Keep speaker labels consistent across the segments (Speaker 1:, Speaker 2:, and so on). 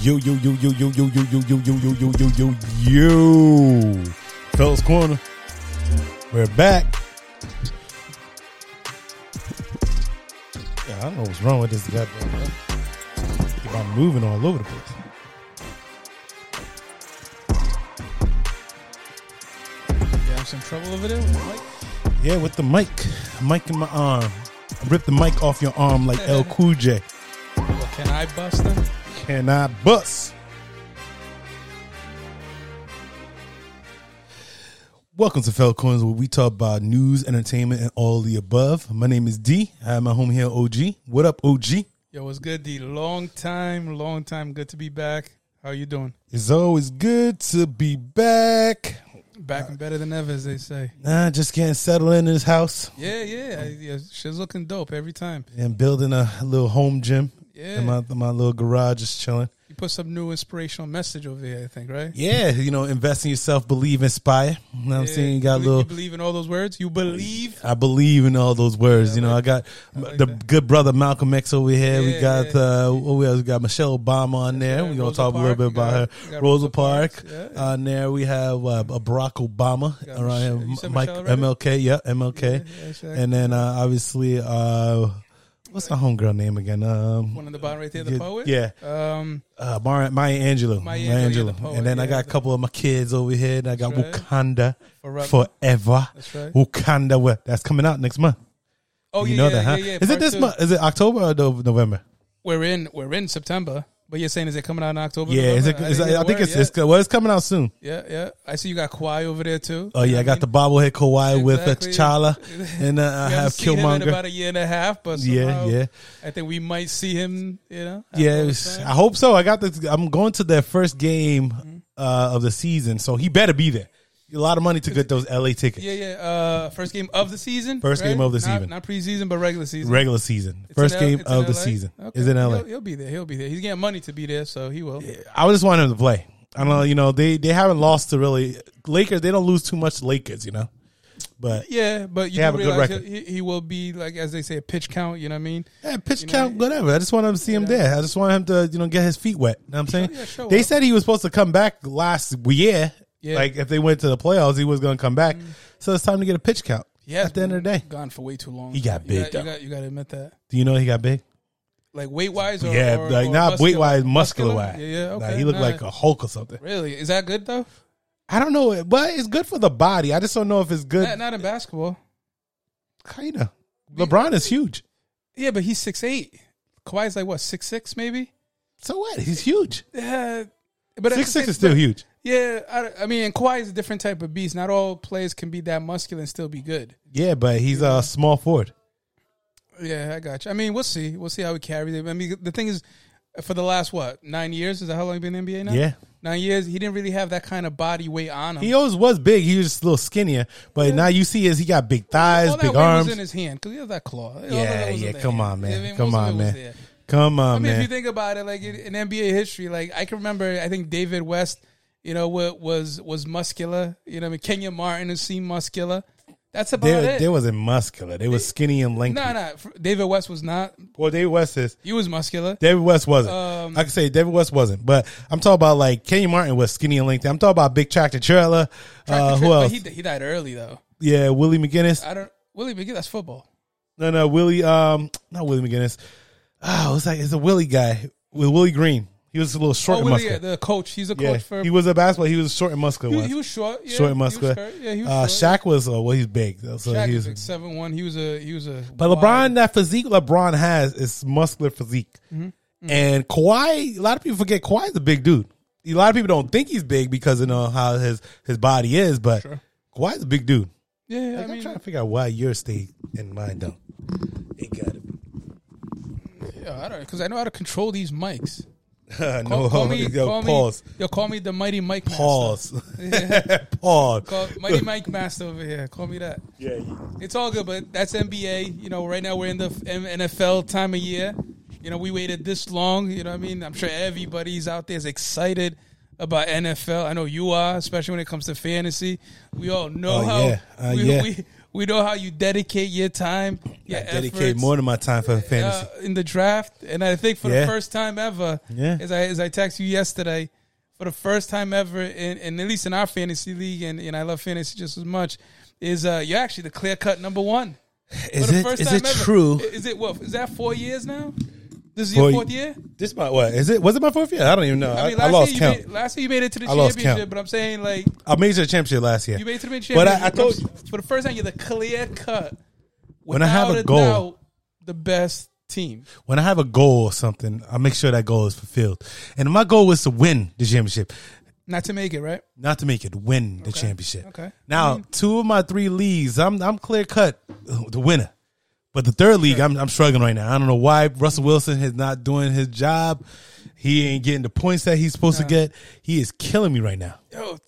Speaker 1: Yo, yo, yo, yo, yo, yo, yo, yo, yo, yo, yo, yo, yo, yo, yo. Fellas Corner. We're back. Yeah, I don't know what's wrong with this goddamn thing. Keep on moving all over the place.
Speaker 2: You have some trouble over there? with the mic?
Speaker 1: Yeah, with the mic. Mic in my arm. I ripped the mic off your arm like El Cool J.
Speaker 2: Well, can I bust them?
Speaker 1: Can I bust? Welcome to Fell Coins, where we talk about news, entertainment, and all the above. My name is D. I have my home here, OG. What up, OG?
Speaker 2: Yo, what's good, D? Long time, long time. Good to be back. How you doing?
Speaker 1: It's always good to be back.
Speaker 2: Back and better than ever, as they say. Um,
Speaker 1: Nah, just getting settled in this house
Speaker 2: Yeah, yeah. I, yeah she's looking dope every time.
Speaker 1: and building a little home gym
Speaker 2: Yeah.
Speaker 1: in my in my little garage, just chilling.
Speaker 2: you put some new inspirational message over here, I think, right?
Speaker 1: Yeah, you know, invest in yourself, believe, inspire. You know what I'm
Speaker 2: Yeah.
Speaker 1: saying? You got a
Speaker 2: you,
Speaker 1: little
Speaker 2: You believe in all those words? You believe?
Speaker 1: I believe in all those words. you know, I got
Speaker 2: like
Speaker 1: the
Speaker 2: that.
Speaker 1: good brother Malcolm X over here. we
Speaker 2: Yeah,
Speaker 1: got
Speaker 2: yeah.
Speaker 1: uh, what we else? We got Michelle Obama on there.
Speaker 2: right.
Speaker 1: We're gonna
Speaker 2: Rosa
Speaker 1: talk a
Speaker 2: Parks.
Speaker 1: little
Speaker 2: We
Speaker 1: bit about
Speaker 2: got-
Speaker 1: her.
Speaker 2: we got
Speaker 1: Rosa
Speaker 2: Rosa
Speaker 1: Park
Speaker 2: Parks. Yeah, yeah.
Speaker 1: on there. We have uh, a Barack Obama
Speaker 2: got
Speaker 1: around
Speaker 2: Michelle-
Speaker 1: him.
Speaker 2: you said
Speaker 1: Mike
Speaker 2: Michelle already?
Speaker 1: MLK. Yeah, MLK.
Speaker 2: yeah, sure.
Speaker 1: and then uh, obviously, uh, what's her homegirl name again? Um,
Speaker 2: One on the bottom right there, the
Speaker 1: yeah,
Speaker 2: poet?
Speaker 1: yeah.
Speaker 2: Um,
Speaker 1: uh, Maya, Maya Angelou.
Speaker 2: Maya Angelou, yeah, the poet,
Speaker 1: and then I
Speaker 2: yeah,
Speaker 1: got a
Speaker 2: the-
Speaker 1: couple of my kids over here. And I got
Speaker 2: That's right.
Speaker 1: Wakanda
Speaker 2: Forever.
Speaker 1: forever.
Speaker 2: That's right.
Speaker 1: Wakanda, where- that's coming out next month.
Speaker 2: oh,
Speaker 1: you
Speaker 2: yeah,
Speaker 1: know
Speaker 2: yeah,
Speaker 1: that, huh?
Speaker 2: yeah, yeah.
Speaker 1: Is it
Speaker 2: Part
Speaker 1: this
Speaker 2: two.
Speaker 1: month? Is it October or no- November?
Speaker 2: We're in, we're in September. But you're saying, is it coming out in October?
Speaker 1: Yeah, is it,
Speaker 2: November?
Speaker 1: is
Speaker 2: didn't
Speaker 1: it,
Speaker 2: hear
Speaker 1: I
Speaker 2: the
Speaker 1: think
Speaker 2: word
Speaker 1: it's,
Speaker 2: yet.
Speaker 1: it's well, it's coming out soon.
Speaker 2: Yeah, yeah. I see you got Kawhi over there too.
Speaker 1: Oh yeah, I got the bobblehead Kawhi with uh,
Speaker 2: Exactly.
Speaker 1: T'Challa, and uh, I
Speaker 2: We haven't
Speaker 1: have
Speaker 2: seen him in
Speaker 1: Killmonger.
Speaker 2: about a year and a half, but
Speaker 1: Yeah,
Speaker 2: somehow
Speaker 1: yeah.
Speaker 2: I think we might see him. You know, at
Speaker 1: Yeah,
Speaker 2: some
Speaker 1: it's-
Speaker 2: time.
Speaker 1: I hope so. I got this. I'm going to their first
Speaker 2: Mm-hmm.
Speaker 1: game uh, of the season, so he better be there. A lot of money to get those LA tickets.
Speaker 2: yeah, yeah. Uh, first game of the season.
Speaker 1: First game
Speaker 2: right?
Speaker 1: of the
Speaker 2: Not-
Speaker 1: season.
Speaker 2: not preseason, but regular season.
Speaker 1: Regular season,
Speaker 2: It's in
Speaker 1: first
Speaker 2: L-
Speaker 1: game
Speaker 2: it's in
Speaker 1: of the
Speaker 2: LA?
Speaker 1: season
Speaker 2: Okay.
Speaker 1: is in LA.
Speaker 2: He'll, he'll be there. He'll be there. He's getting money to be there, so he will.
Speaker 1: I just want him to play. I don't know, you know, they they haven't lost to really Lakers. They don't lose too much to Lakers, you know. But
Speaker 2: Yeah, but you
Speaker 1: They
Speaker 2: do
Speaker 1: have a good
Speaker 2: realize
Speaker 1: record.
Speaker 2: He, he will be like as they say, a pitch count. You know what I mean?
Speaker 1: Yeah, pitch
Speaker 2: know,
Speaker 1: count, whatever. I just want him to see him
Speaker 2: Yeah.
Speaker 1: there. I just want him to, you know, get his feet wet. You know what I'm saying?
Speaker 2: yeah, show
Speaker 1: they
Speaker 2: up.
Speaker 1: said he was supposed to come back last year.
Speaker 2: Yeah. Mm.
Speaker 1: Like if they went to the playoffs, he was going to come back. So it's time to get a pitch count.
Speaker 2: Yeah.
Speaker 1: At the end of the day,
Speaker 2: Gone for way too long.
Speaker 1: He got
Speaker 2: You
Speaker 1: big,
Speaker 2: got, you
Speaker 1: though.
Speaker 2: got, you got to admit that.
Speaker 1: do you know he got big?
Speaker 2: Like weight wise, or,
Speaker 1: yeah,
Speaker 2: or,
Speaker 1: like
Speaker 2: or
Speaker 1: not weight wise, muscular
Speaker 2: Muscular?
Speaker 1: wise.
Speaker 2: Yeah, yeah. Okay.
Speaker 1: Like, he looked
Speaker 2: nah.
Speaker 1: like a Hulk or something.
Speaker 2: Really? Is that good though?
Speaker 1: I don't know, but it's good for the body. I just don't know if it's good.
Speaker 2: Not, not in basketball.
Speaker 1: Kinda. LeBron is huge.
Speaker 2: Yeah, but he's six eight. Kawhi's like what six six maybe.
Speaker 1: So what? He's huge.
Speaker 2: Yeah, but at
Speaker 1: Six
Speaker 2: the
Speaker 1: six
Speaker 2: same-
Speaker 1: is still
Speaker 2: but-
Speaker 1: huge.
Speaker 2: Yeah, I, I mean, and Kawhi is a different type of beast. Not all players can be that muscular and still be good.
Speaker 1: Yeah, but he's a small forward.
Speaker 2: Yeah, I got you. I mean, we'll see. We'll see how we carry it. I mean, the thing is, for the last what nine years is that how long he been in the NBA now?
Speaker 1: Yeah.
Speaker 2: nine years. He didn't really have that kind of body weight on him.
Speaker 1: He always was big. He was just a little skinnier, but now you see is he got big thighs,
Speaker 2: all that
Speaker 1: big
Speaker 2: weight
Speaker 1: arms.
Speaker 2: was in his hand because he had that claw. All of
Speaker 1: yeah,
Speaker 2: that was in
Speaker 1: yeah.
Speaker 2: the
Speaker 1: Come
Speaker 2: hand.
Speaker 1: on, man.
Speaker 2: I mean,
Speaker 1: come on,
Speaker 2: most of it
Speaker 1: man.
Speaker 2: was there.
Speaker 1: Come on,
Speaker 2: I mean,
Speaker 1: man.
Speaker 2: if you think about it, like in in NBA history, like I can remember, I think David West, you know, wa- was was muscular. You know, what I mean, Kenya Martin has seemed muscular. That's about
Speaker 1: they,
Speaker 2: it.
Speaker 1: they wasn't muscular. They was skinny and lengthy.
Speaker 2: no, no, F- David West was not.
Speaker 1: Well, David West is.
Speaker 2: He was muscular.
Speaker 1: David West wasn't.
Speaker 2: Um,
Speaker 1: I can say David West wasn't, but I'm talking about like Kenny Martin was skinny and lengthy. I'm talking about Big Tractor Trailer. Uh, who
Speaker 2: But
Speaker 1: else?
Speaker 2: he, Uh, he died early though.
Speaker 1: yeah, Willie McGinnis.
Speaker 2: I don't. Willie McGee, that's football.
Speaker 1: No, no, Willie. Um, not Willie McGinnis. Oh, it's like it's a Willie guy with Willie Green. He was a little short
Speaker 2: Oh,
Speaker 1: and
Speaker 2: Willie,
Speaker 1: muscular.
Speaker 2: the coach. He's a coach
Speaker 1: Yeah,
Speaker 2: for.
Speaker 1: he was a basketball. He was short and muscular.
Speaker 2: he,
Speaker 1: once.
Speaker 2: he was short. Yeah,
Speaker 1: short and
Speaker 2: he was
Speaker 1: muscular.
Speaker 2: short. Yeah, he was
Speaker 1: uh,
Speaker 2: short.
Speaker 1: Shaq was uh, well, he's big. though, So
Speaker 2: Shaq
Speaker 1: he
Speaker 2: was
Speaker 1: was,
Speaker 2: like seven one. He was a he was a.
Speaker 1: but
Speaker 2: wide-
Speaker 1: LeBron, that physique LeBron has is muscular physique,
Speaker 2: Mm-hmm.
Speaker 1: and Kawhi. A lot of people forget Kawhi's a big dude. A lot of people don't think he's big because you know how his his body is, but
Speaker 2: Sure.
Speaker 1: Kawhi's a big dude.
Speaker 2: Yeah, I
Speaker 1: I am
Speaker 2: mean,
Speaker 1: trying to figure out why yours stay and mine don't. It got it.
Speaker 2: yeah, I don't because I know how to control these mics.
Speaker 1: no, Oh, yo, pause,
Speaker 2: Me, yo, call me the Mighty Mike Master.
Speaker 1: pause, pause.
Speaker 2: Call, Mighty Mike Master over here. Call me that.
Speaker 1: Yeah,
Speaker 2: It's all good, but that's NBA. You know, right now we're in the M- NFL time of year. You know, we waited this long. You know what I mean? I'm sure everybody's out there is excited about NFL. I know you are, especially when it comes to fantasy. We all know
Speaker 1: Oh,
Speaker 2: how
Speaker 1: yeah. Uh,
Speaker 2: we,
Speaker 1: yeah.
Speaker 2: we We know how you dedicate your time. Your
Speaker 1: I dedicate
Speaker 2: efforts,
Speaker 1: more than my time for
Speaker 2: uh,
Speaker 1: fantasy.
Speaker 2: in the draft, and I think for
Speaker 1: Yeah.
Speaker 2: the first time ever,
Speaker 1: Yeah.
Speaker 2: as I as I texted you yesterday, for the first time ever, in, in at least in our fantasy league, and, and I love fantasy just as much, is uh, you're actually the clear cut number one.
Speaker 1: is
Speaker 2: For the
Speaker 1: it
Speaker 2: first
Speaker 1: is
Speaker 2: time
Speaker 1: it
Speaker 2: ever.
Speaker 1: true?
Speaker 2: Is it what? Is that four years now? This is your
Speaker 1: Four-
Speaker 2: fourth year.
Speaker 1: This my what is it? Was it my fourth year? I don't even know. I,
Speaker 2: mean,
Speaker 1: I
Speaker 2: last
Speaker 1: lost
Speaker 2: year
Speaker 1: count.
Speaker 2: You made, last year you made it to the
Speaker 1: I lost
Speaker 2: championship,
Speaker 1: count.
Speaker 2: but I'm saying like
Speaker 1: I made it to the championship last year.
Speaker 2: you made it to the championship.
Speaker 1: But I- I told you-
Speaker 2: for the first time you're the clear cut.
Speaker 1: When I have
Speaker 2: without
Speaker 1: a goal-
Speaker 2: doubt, the best team.
Speaker 1: when I have a goal or something, I make sure that goal is fulfilled. And my goal was to win the championship,
Speaker 2: Not to make it right.
Speaker 1: not to make it. Win the championship.
Speaker 2: okay. Mm-hmm.
Speaker 1: Now, two of my three leagues, I'm I'm clear cut uh, the winner. But the third league, I'm I'm struggling right now. I don't know why Russell Wilson is not doing his job. He ain't getting the points that he's supposed to get. He is killing me right now.
Speaker 2: Yo,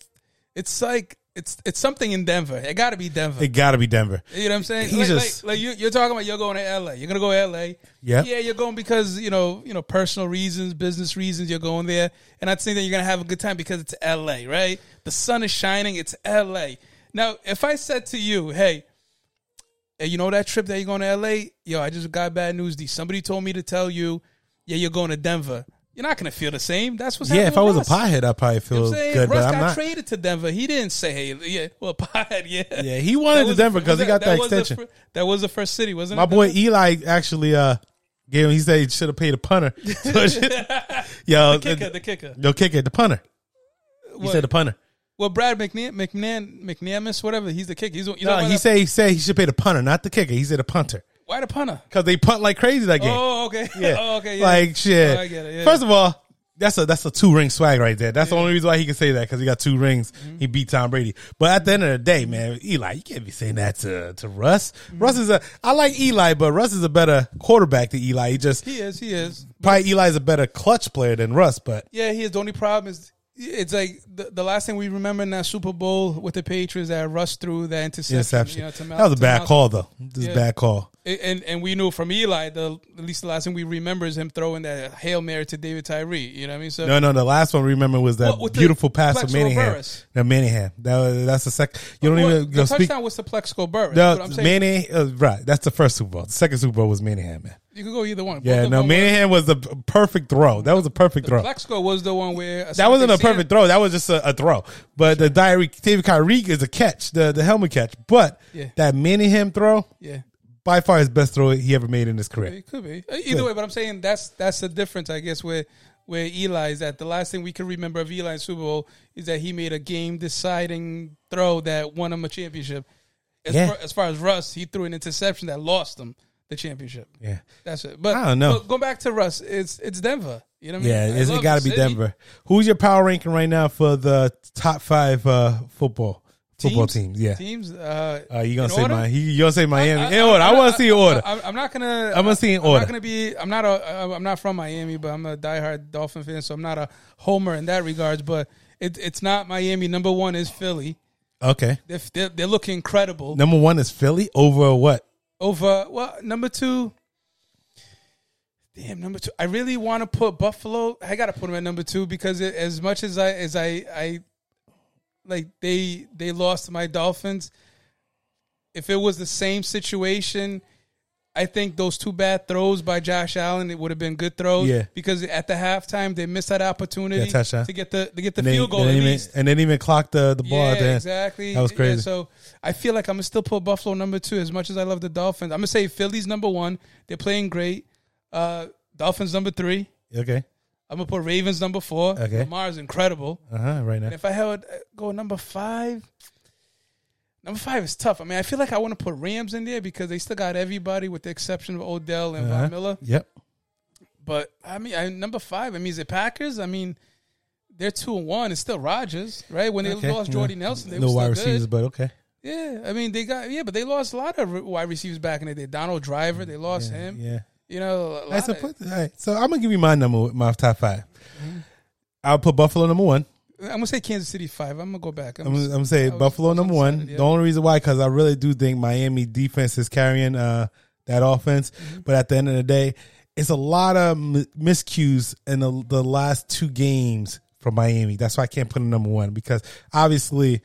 Speaker 2: it's like it's it's something in Denver. It got to be Denver.
Speaker 1: It got to be Denver.
Speaker 2: You know what I'm saying?
Speaker 1: He
Speaker 2: like,
Speaker 1: just-
Speaker 2: like, like you, you're talking about you're going to LA. You're gonna go to LA.
Speaker 1: Yep.
Speaker 2: Yeah, you're going because you know you know personal reasons, business reasons. You're going there, and I think that you're gonna have a good time because it's LA, right? The sun is shining. It's LA. Now, if I said to you, hey. hey, you know that trip that you're going to LA? Yo, I just got bad news. D. Somebody told me to tell you, yeah, you're going to Denver. You're not gonna feel the same. That's what's
Speaker 1: Yeah,
Speaker 2: happening
Speaker 1: if I was
Speaker 2: with
Speaker 1: a
Speaker 2: us.
Speaker 1: pothead, I'd probably
Speaker 2: You know
Speaker 1: feel
Speaker 2: what I'm saying?
Speaker 1: good,
Speaker 2: Russ
Speaker 1: but I'm
Speaker 2: got
Speaker 1: not.
Speaker 2: traded to Denver. He didn't say, "Hey, yeah, well, pothead, yeah,
Speaker 1: Yeah, he wanted to
Speaker 2: was
Speaker 1: Denver
Speaker 2: the-
Speaker 1: because he got that,
Speaker 2: was the
Speaker 1: extension.
Speaker 2: fir- that was the first city, wasn't
Speaker 1: My
Speaker 2: it?
Speaker 1: boy E- Eli actually uh gave him. He said he should have paid a punter. yo,
Speaker 2: the kicker, the kicker.
Speaker 1: yo, kick it, the punter. He
Speaker 2: What?
Speaker 1: said the punter.
Speaker 2: Well, Brad McNair, McNair, McNamis, whatever. He's the kicker. He's you
Speaker 1: No,
Speaker 2: know why
Speaker 1: he
Speaker 2: the-
Speaker 1: said he said he should pay the punter, not the kicker. He said the punter
Speaker 2: why the punter?
Speaker 1: because they punt like crazy that game.
Speaker 2: Oh, okay.
Speaker 1: Yeah.
Speaker 2: oh, okay. Yeah.
Speaker 1: Like shit.
Speaker 2: Oh, I get it, yeah.
Speaker 1: First of all, that's a that's a two ring swag right there. That's the only reason why he can say that because he got two rings.
Speaker 2: Mm-hmm.
Speaker 1: He beat Tom Brady. But at the end of the day, man, Eli, you can't be saying that to to Russ.
Speaker 2: Mm-hmm.
Speaker 1: Russ is a I like Eli, but Russ is a better quarterback than Eli. He just
Speaker 2: he is. He is.
Speaker 1: probably Eli's a better clutch player than Russ, but
Speaker 2: Yeah, he is. The only problem is it's like the, the last thing we remember in that Super Bowl with the Patriots that rushed through that interception.
Speaker 1: interception.
Speaker 2: you know, to Mal-
Speaker 1: that was a
Speaker 2: to
Speaker 1: bad
Speaker 2: Malcolm.
Speaker 1: call though. This is a
Speaker 2: Yeah.
Speaker 1: bad call.
Speaker 2: and and we knew from Eli the at least the last thing we remember is him throwing that hail mary to David Tyree. You know what I mean? So
Speaker 1: No, no, the last one remember was that
Speaker 2: Uh, What, with the
Speaker 1: beautiful pass of
Speaker 2: Plexico
Speaker 1: Manningham.
Speaker 2: Burris?
Speaker 1: No, Manningham. That was, that's the second. You don't
Speaker 2: Well,
Speaker 1: even
Speaker 2: the
Speaker 1: go speak.
Speaker 2: touchdown was to Plexico Burris. but
Speaker 1: No,
Speaker 2: I'm saying
Speaker 1: Manning. Uh, right, that's the first Super Bowl. The second Super Bowl was Manningham, man.
Speaker 2: you could go either one. Both
Speaker 1: Yeah,
Speaker 2: of
Speaker 1: no,
Speaker 2: them were-
Speaker 1: Manningham was the p- perfect throw. That was a perfect throw.
Speaker 2: Plexico was the one where
Speaker 1: That wasn't a perfect throw. That was just a, a throw. But the diary David Kyrie is a catch, the the helmet catch. But
Speaker 2: Yeah.
Speaker 1: that Manningham throw,
Speaker 2: Yeah,
Speaker 1: by far his best throw he ever made in his career.
Speaker 2: it could be Uh, either way. But I'm saying that's that's the difference, I guess. Where where Eli is that the last thing we can remember of Eli in Super Bowl is that he made a game deciding throw that won him a championship. As,
Speaker 1: Yeah.
Speaker 2: far, as far as Russ, he threw an interception that lost him the championship.
Speaker 1: Yeah.
Speaker 2: That's it. But
Speaker 1: I don't know.
Speaker 2: But go back to Russ. It's it's Denver. You know what I mean?
Speaker 1: Yeah,
Speaker 2: I
Speaker 1: it's,
Speaker 2: love
Speaker 1: it got to
Speaker 2: the
Speaker 1: be
Speaker 2: city.
Speaker 1: Denver. Who's your power ranking right now for the top five uh, football football teams? Yeah,
Speaker 2: Teams. Uh,
Speaker 1: uh, you gonna
Speaker 2: in
Speaker 1: say
Speaker 2: order?
Speaker 1: my? You gonna say Miami?
Speaker 2: I-
Speaker 1: In order. I, want to see your order.
Speaker 2: I, am not gonna.
Speaker 1: I'm gonna see in
Speaker 2: I'm
Speaker 1: order.
Speaker 2: not gonna be. I'm not a. I- I'm not from Miami, but I'm a diehard Dolphin fan, so I'm not a homer in that regards. But it, it's not Miami. Number one is Philly.
Speaker 1: okay,
Speaker 2: They're they're, they're looking incredible.
Speaker 1: number one is Philly over what?
Speaker 2: Over well, number two. Damn, number two. I really want to put Buffalo. I gotta put them at number two because it, as much as I as I I like they they lost to my Dolphins. If it was the same situation, I think those two bad throws by Josh Allen it would have been good throws.
Speaker 1: Yeah.
Speaker 2: because at the halftime they missed that opportunity
Speaker 1: Yeah, touchdown.
Speaker 2: to get the to get the
Speaker 1: And they-
Speaker 2: field goal
Speaker 1: they
Speaker 2: at
Speaker 1: didn't even-
Speaker 2: least.
Speaker 1: and they didn't even clock the the ball
Speaker 2: Yeah,
Speaker 1: at the end.
Speaker 2: exactly.
Speaker 1: That was
Speaker 2: Yeah,
Speaker 1: crazy.
Speaker 2: so I feel like I'm gonna still put Buffalo number two. As much as I love the Dolphins, I'm gonna say Philly's number one. They're playing great. Uh, Dolphins number three.
Speaker 1: Okay,
Speaker 2: I'm gonna put Ravens number four.
Speaker 1: Okay.
Speaker 2: Lamar's incredible.
Speaker 1: uh huh. Right now,
Speaker 2: And if I had uh, go number five, number five is tough. I mean, I feel like I want to put Rams in there because they still got everybody with the exception of Odell and
Speaker 1: Uh-huh.
Speaker 2: Von Miller.
Speaker 1: yep.
Speaker 2: But I mean, I, number five. I mean, is it Packers? I mean, they're two and one. It's still Rodgers, right? When they
Speaker 1: Okay.
Speaker 2: lost Jordy Nelson, they
Speaker 1: no
Speaker 2: were still
Speaker 1: wide
Speaker 2: good.
Speaker 1: receivers, but okay.
Speaker 2: Yeah, I mean they got yeah, but they lost a lot of re- wide receivers back in the day. Donald Driver, they lost him.
Speaker 1: Yeah.
Speaker 2: You know, a
Speaker 1: I
Speaker 2: lot of-
Speaker 1: suppose, all right, so I'm gonna give you my number, my top 5
Speaker 2: Mm-hmm.
Speaker 1: i I'll put Buffalo number one.
Speaker 2: I'm gonna say Kansas City five. I'm gonna go back. I'm
Speaker 1: I'm, I'm
Speaker 2: gonna,
Speaker 1: gonna say
Speaker 2: I was-
Speaker 1: Buffalo
Speaker 2: I was
Speaker 1: number
Speaker 2: undecided,
Speaker 1: one.
Speaker 2: yeah.
Speaker 1: The only reason why, because I really do think Miami defense is carrying uh, that offense.
Speaker 2: Mm-hmm.
Speaker 1: But at the end of the day, it's a lot of m- miscues in the, the last two games from Miami. That's why I can't put them number one because obviously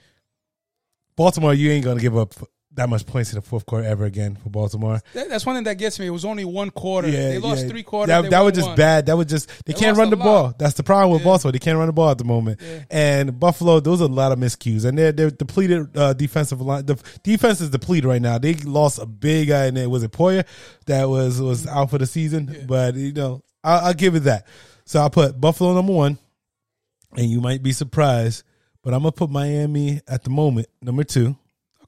Speaker 1: Baltimore, you ain't gonna give up that much points in the fourth quarter ever again for Baltimore.
Speaker 2: That, that's one thing that gets me. It was only one quarter. they lost three quarters.
Speaker 1: That,
Speaker 2: they
Speaker 1: that
Speaker 2: won
Speaker 1: was just
Speaker 2: one.
Speaker 1: bad. That was just they,
Speaker 2: They
Speaker 1: can't
Speaker 2: lost
Speaker 1: run the
Speaker 2: a lot.
Speaker 1: ball. That's the problem with
Speaker 2: Yeah.
Speaker 1: Baltimore. They can't run the ball at the moment. And Buffalo, those are a lot of miscues, and they're they're depleted uh, defensive line. The defense is depleted right now. They lost a big guy in there. Was it Poyer that was was out for the season? But you know, I, I'll give it that. So I put Buffalo number one, and you might be surprised, but I'm gonna put Miami at the moment number two.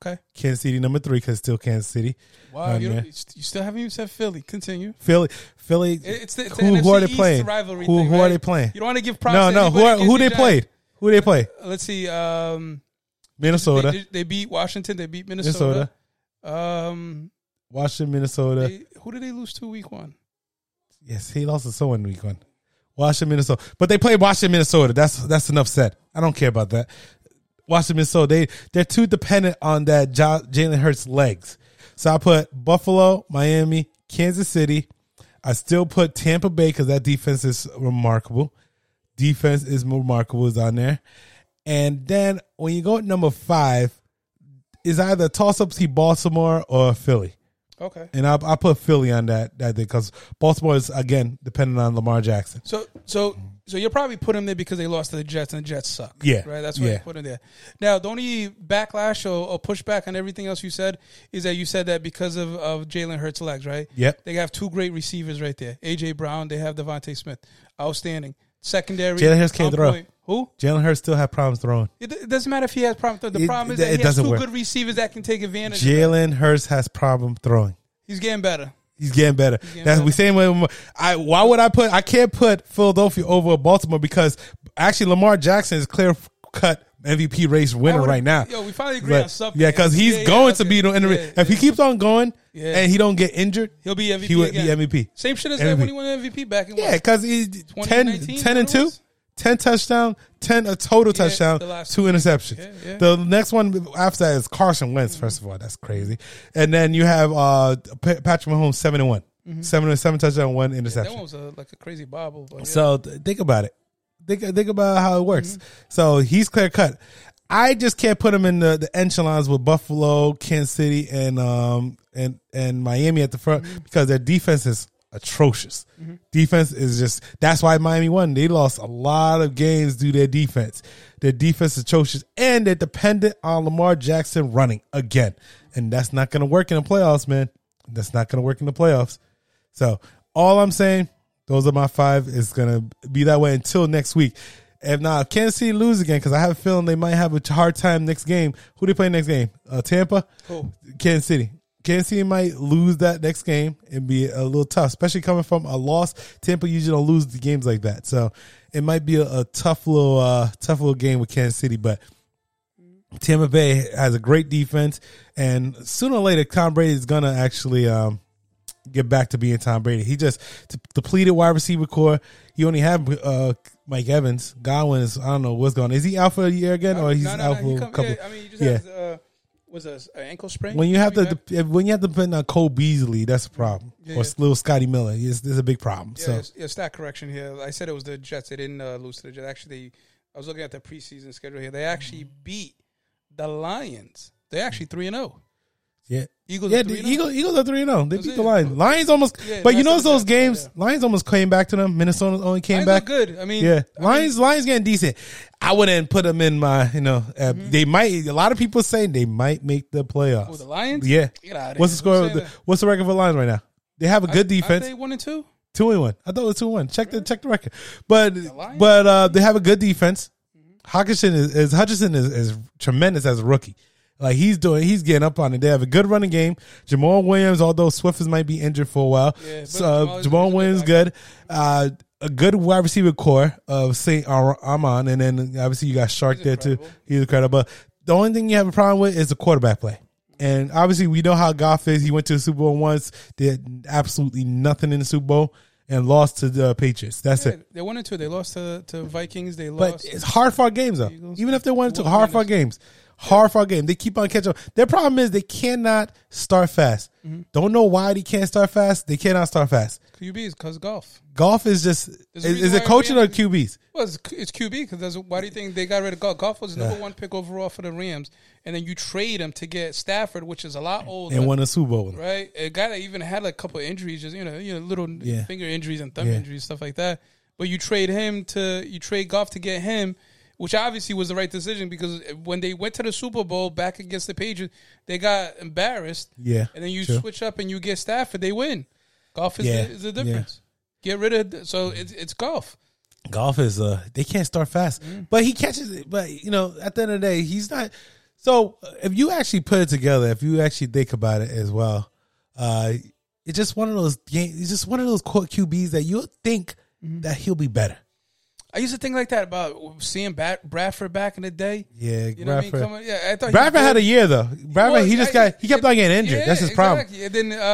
Speaker 2: Okay.
Speaker 1: Kansas City number three because still Kansas City.
Speaker 2: Wow.
Speaker 1: Um,
Speaker 2: You,
Speaker 1: yeah.
Speaker 2: don't- you still haven't even said Philly. Continue.
Speaker 1: Philly, Philly.
Speaker 2: It- It's the, it's
Speaker 1: who
Speaker 2: the
Speaker 1: who
Speaker 2: NFC
Speaker 1: are they
Speaker 2: East
Speaker 1: playing?
Speaker 2: Rivalry
Speaker 1: who
Speaker 2: thing,
Speaker 1: who are
Speaker 2: right?
Speaker 1: they playing?
Speaker 2: You don't want to give props.
Speaker 1: No,
Speaker 2: to
Speaker 1: no. Who
Speaker 2: anybody
Speaker 1: are,
Speaker 2: against
Speaker 1: who
Speaker 2: each
Speaker 1: they
Speaker 2: other.
Speaker 1: played? Who they play?
Speaker 2: Let's see. Um,
Speaker 1: Minnesota,
Speaker 2: They, they beat Washington. They beat Minnesota.
Speaker 1: Minnesota,
Speaker 2: Um,
Speaker 1: Washington, Minnesota.
Speaker 2: they, who did they lose to week one?
Speaker 1: yes, he lost to someone week one. Washington, Minnesota, but they played Washington, Minnesota. That's that's enough said. I don't care about that. Washington, Minnesota. They they're too dependent on that Ja- Jalen Hurts legs. So I put Buffalo, Miami, Kansas City. I still put Tampa Bay because that defense is remarkable. Defense is remarkable is on there. And then when you go at number five, is either toss up to Baltimore or Philly.
Speaker 2: Okay.
Speaker 1: And I, I put Philly on that that thing because Baltimore is again dependent on Lamar Jackson.
Speaker 2: So so so you'll probably put him there because they lost to the Jets and the Jets suck.
Speaker 1: Yeah.
Speaker 2: Right? That's why
Speaker 1: Yeah.
Speaker 2: you put him there. Now the only backlash or, or pushback on everything else you said is that you said that because of, of Jalen Hurts legs, right?
Speaker 1: Yep.
Speaker 2: They have two great receivers right there. AJ Brown, they have Devontae Smith. Outstanding. Secondary.
Speaker 1: Jalen Hurts can't
Speaker 2: on
Speaker 1: throw.
Speaker 2: point. Who?
Speaker 1: Jalen Hurts still had problems throwing.
Speaker 2: It, it doesn't matter if he has problem. The
Speaker 1: It-
Speaker 2: problem is
Speaker 1: it
Speaker 2: that he has
Speaker 1: doesn't
Speaker 2: two
Speaker 1: work.
Speaker 2: good receivers that can take advantage. of that.
Speaker 1: Jalen Hurts has problem throwing.
Speaker 2: He's getting better.
Speaker 1: He's getting better.
Speaker 2: getting
Speaker 1: That's
Speaker 2: better.
Speaker 1: we same way. I why would I put I can't put Philadelphia over Baltimore because actually Lamar Jackson is clear cut MVP race winner
Speaker 2: would've-
Speaker 1: right now.
Speaker 2: yo, we finally agree on
Speaker 1: But,
Speaker 2: something.
Speaker 1: yeah, because he's
Speaker 2: Yeah, yeah,
Speaker 1: going to
Speaker 2: okay.
Speaker 1: be the in the-
Speaker 2: Yeah,
Speaker 1: if he keeps on going
Speaker 2: Yeah.
Speaker 1: and he don't get injured,
Speaker 2: He'll be MVP
Speaker 1: he would
Speaker 2: again.
Speaker 1: be MVP.
Speaker 2: Same shit as
Speaker 1: MVP.
Speaker 2: when he won MVP back in
Speaker 1: Yeah,
Speaker 2: what,
Speaker 1: because he's 10,
Speaker 2: 2019,
Speaker 1: 10 and
Speaker 2: that
Speaker 1: two.
Speaker 2: was?
Speaker 1: 10 touchdown, 10 a total
Speaker 2: Yeah,
Speaker 1: touchdown,
Speaker 2: the last
Speaker 1: two interceptions.
Speaker 2: Yeah, yeah.
Speaker 1: The next one after that is Carson Wentz, first of all. That's crazy. And then you have uh, Pa- Patrick Mahomes, 7 and one 7 and 7 touchdown, 1
Speaker 2: Mm-hmm. That
Speaker 1: interception.
Speaker 2: one was a, like a crazy bobble. But yeah.
Speaker 1: So th- think about it. Think think about how it works. So he's clear cut. I just can't put him in the, the echelons with Buffalo, Kansas City, and um and and Miami at the front because their defense is atrocious. Defense is just that's why Miami won. They lost a lot of games due to their defense. Their defense is atrocious, and they're dependent on Lamar Jackson running again, and that's not going to work in the playoffs, man. That's not going to work in the playoffs. So all I'm saying, those are my five. It's gonna be that way until next week. If not, if Kansas City lose again, because I have a feeling they might have a hard time next game. Who they play next game? Uh, Tampa,
Speaker 2: Who?
Speaker 1: Kansas City. Kansas City might lose that next game and be a little tough, especially coming from a loss. Tampa usually don't lose the games like that, so it might be a, a tough little, uh, tough little game with Kansas City. But Tampa Bay has a great defense, and sooner or later, Tom Brady is gonna actually um, get back to being Tom Brady. He just t- depleted wide receiver core. He only had uh, Mike Evans. Godwin is I don't know what's going. on. Is he out for a year again, or Oh, he's
Speaker 2: Uh, No, no, no,
Speaker 1: out
Speaker 2: he
Speaker 1: for
Speaker 2: come-
Speaker 1: a couple?
Speaker 2: yeah, I mean, you just
Speaker 1: Yeah.
Speaker 2: have uh, was a an ankle sprain.
Speaker 1: When you have to
Speaker 2: Coming back?
Speaker 1: de- when you have to depend on Cole Beasley, that's a problem.
Speaker 2: Yeah,
Speaker 1: or
Speaker 2: yeah.
Speaker 1: little Scotty Miller, it's, it's a big problem.
Speaker 2: yeah,
Speaker 1: so
Speaker 2: it's- yeah, stat correction here. I said it was the Jets. They didn't uh, lose to the Jets. Actually, they, I was looking at the preseason schedule here. They
Speaker 1: Mm.
Speaker 2: actually beat the Lions. They actually three and zero.
Speaker 1: yeah.
Speaker 2: Eagles.
Speaker 1: Yeah,
Speaker 2: are oh.
Speaker 1: the
Speaker 2: 3-0.
Speaker 1: Eagles, Eagles are three and zero. They
Speaker 2: That's
Speaker 1: beat
Speaker 2: it.
Speaker 1: the Lions. Lions almost,
Speaker 2: Yeah,
Speaker 1: but you
Speaker 2: that's
Speaker 1: know
Speaker 2: what I'm
Speaker 1: those
Speaker 2: saying.
Speaker 1: games. Lions almost came back to them. Minnesota only came
Speaker 2: Lions
Speaker 1: back.
Speaker 2: look good. I mean,
Speaker 1: Yeah,
Speaker 2: I mean,
Speaker 1: Lions. Lions getting decent. I wouldn't put them in my. You know, uh, they might. A lot of people saying they might make the playoffs.
Speaker 2: who, Mm-hmm. the Lions.
Speaker 1: Yeah.
Speaker 2: Get out of
Speaker 1: What's the
Speaker 2: here.
Speaker 1: score?
Speaker 2: Who's
Speaker 1: Of the,
Speaker 2: saying
Speaker 1: what's the record for Lions right now? They have a good
Speaker 2: that? Aren't
Speaker 1: defense.
Speaker 2: they one and two.
Speaker 1: Two and one. I thought it was two and one. Check the check the record. But
Speaker 2: Lions? Mm-hmm.
Speaker 1: but uh, they have a good defense. Hawkinson is, is Hutchinson is, is tremendous as a rookie. Like he's doing, he's getting up on it. They have a good running game. Jamal Williams, although Swift is might be injured for a while,
Speaker 2: Yeah, but
Speaker 1: so uh,
Speaker 2: Jamal is
Speaker 1: Jamal
Speaker 2: usually
Speaker 1: Williams
Speaker 2: back.
Speaker 1: good. Uh, a good wide receiver core of Saint Ar- Amon, and then obviously you got Shark there too.
Speaker 2: incredible.
Speaker 1: He's incredible. But the only thing you have a problem with is the quarterback play. And obviously, we know how Goff is. He went to the Super Bowl once, did absolutely nothing in the Super Bowl, and lost to the Patriots. That's
Speaker 2: Yeah,
Speaker 1: it.
Speaker 2: they one and two. They lost to, to Vikings. They
Speaker 1: But
Speaker 2: lost.
Speaker 1: it's hard fought games, though.
Speaker 2: Eagles.
Speaker 1: Even if they wanted to,
Speaker 2: Wolf
Speaker 1: hard fought games. Hard fought game. They keep on catching up. Their
Speaker 2: Mm-hmm.
Speaker 1: problem is they cannot start fast. Don't know why they can't start fast. They cannot start fast.
Speaker 2: QBs because golf.
Speaker 1: Golf is just is,
Speaker 2: There's a reason
Speaker 1: is it
Speaker 2: why
Speaker 1: coaching or
Speaker 2: Rams-
Speaker 1: QBs?
Speaker 2: Well, it's, it's QB because why do you think they got rid of golf? Golf was number one pick overall for the Rams, and then you trade him to get Stafford, which is a lot older.
Speaker 1: And won a Super Bowl.
Speaker 2: right? A guy that even had like, a couple injuries, just you know, you know, little
Speaker 1: Yeah.
Speaker 2: finger injuries and thumb
Speaker 1: Yeah.
Speaker 2: injuries, stuff like that. But you trade him to you trade golf to get him, which obviously was the right decision because when they went to the Super Bowl back against the Patriots, they got embarrassed.
Speaker 1: Yeah,
Speaker 2: and then you
Speaker 1: true.
Speaker 2: switch up and you get Stafford, they win. Golf is,
Speaker 1: Yeah,
Speaker 2: the, is the difference. Get rid of the, so it's it's golf.
Speaker 1: golf is uh they can't start fast
Speaker 2: Mm-hmm.
Speaker 1: but he catches it but you know at the end of the day he's not so uh, if you actually put it together if you actually think about it as well uh it's just one of those games it's just one of those court qb's that you'll think
Speaker 2: Mm-hmm.
Speaker 1: that he'll be better
Speaker 2: I used to think like that about seeing Bat- Bradford back in the day.
Speaker 1: yeah
Speaker 2: You know what I
Speaker 1: bradford
Speaker 2: mean? Coming, yeah, I thought he was
Speaker 1: bradford
Speaker 2: good.
Speaker 1: had a year though bradford
Speaker 2: Well,
Speaker 1: he just
Speaker 2: I-
Speaker 1: got he kept on getting injured
Speaker 2: Yeah,
Speaker 1: that's his problem
Speaker 2: exactly. And then uh,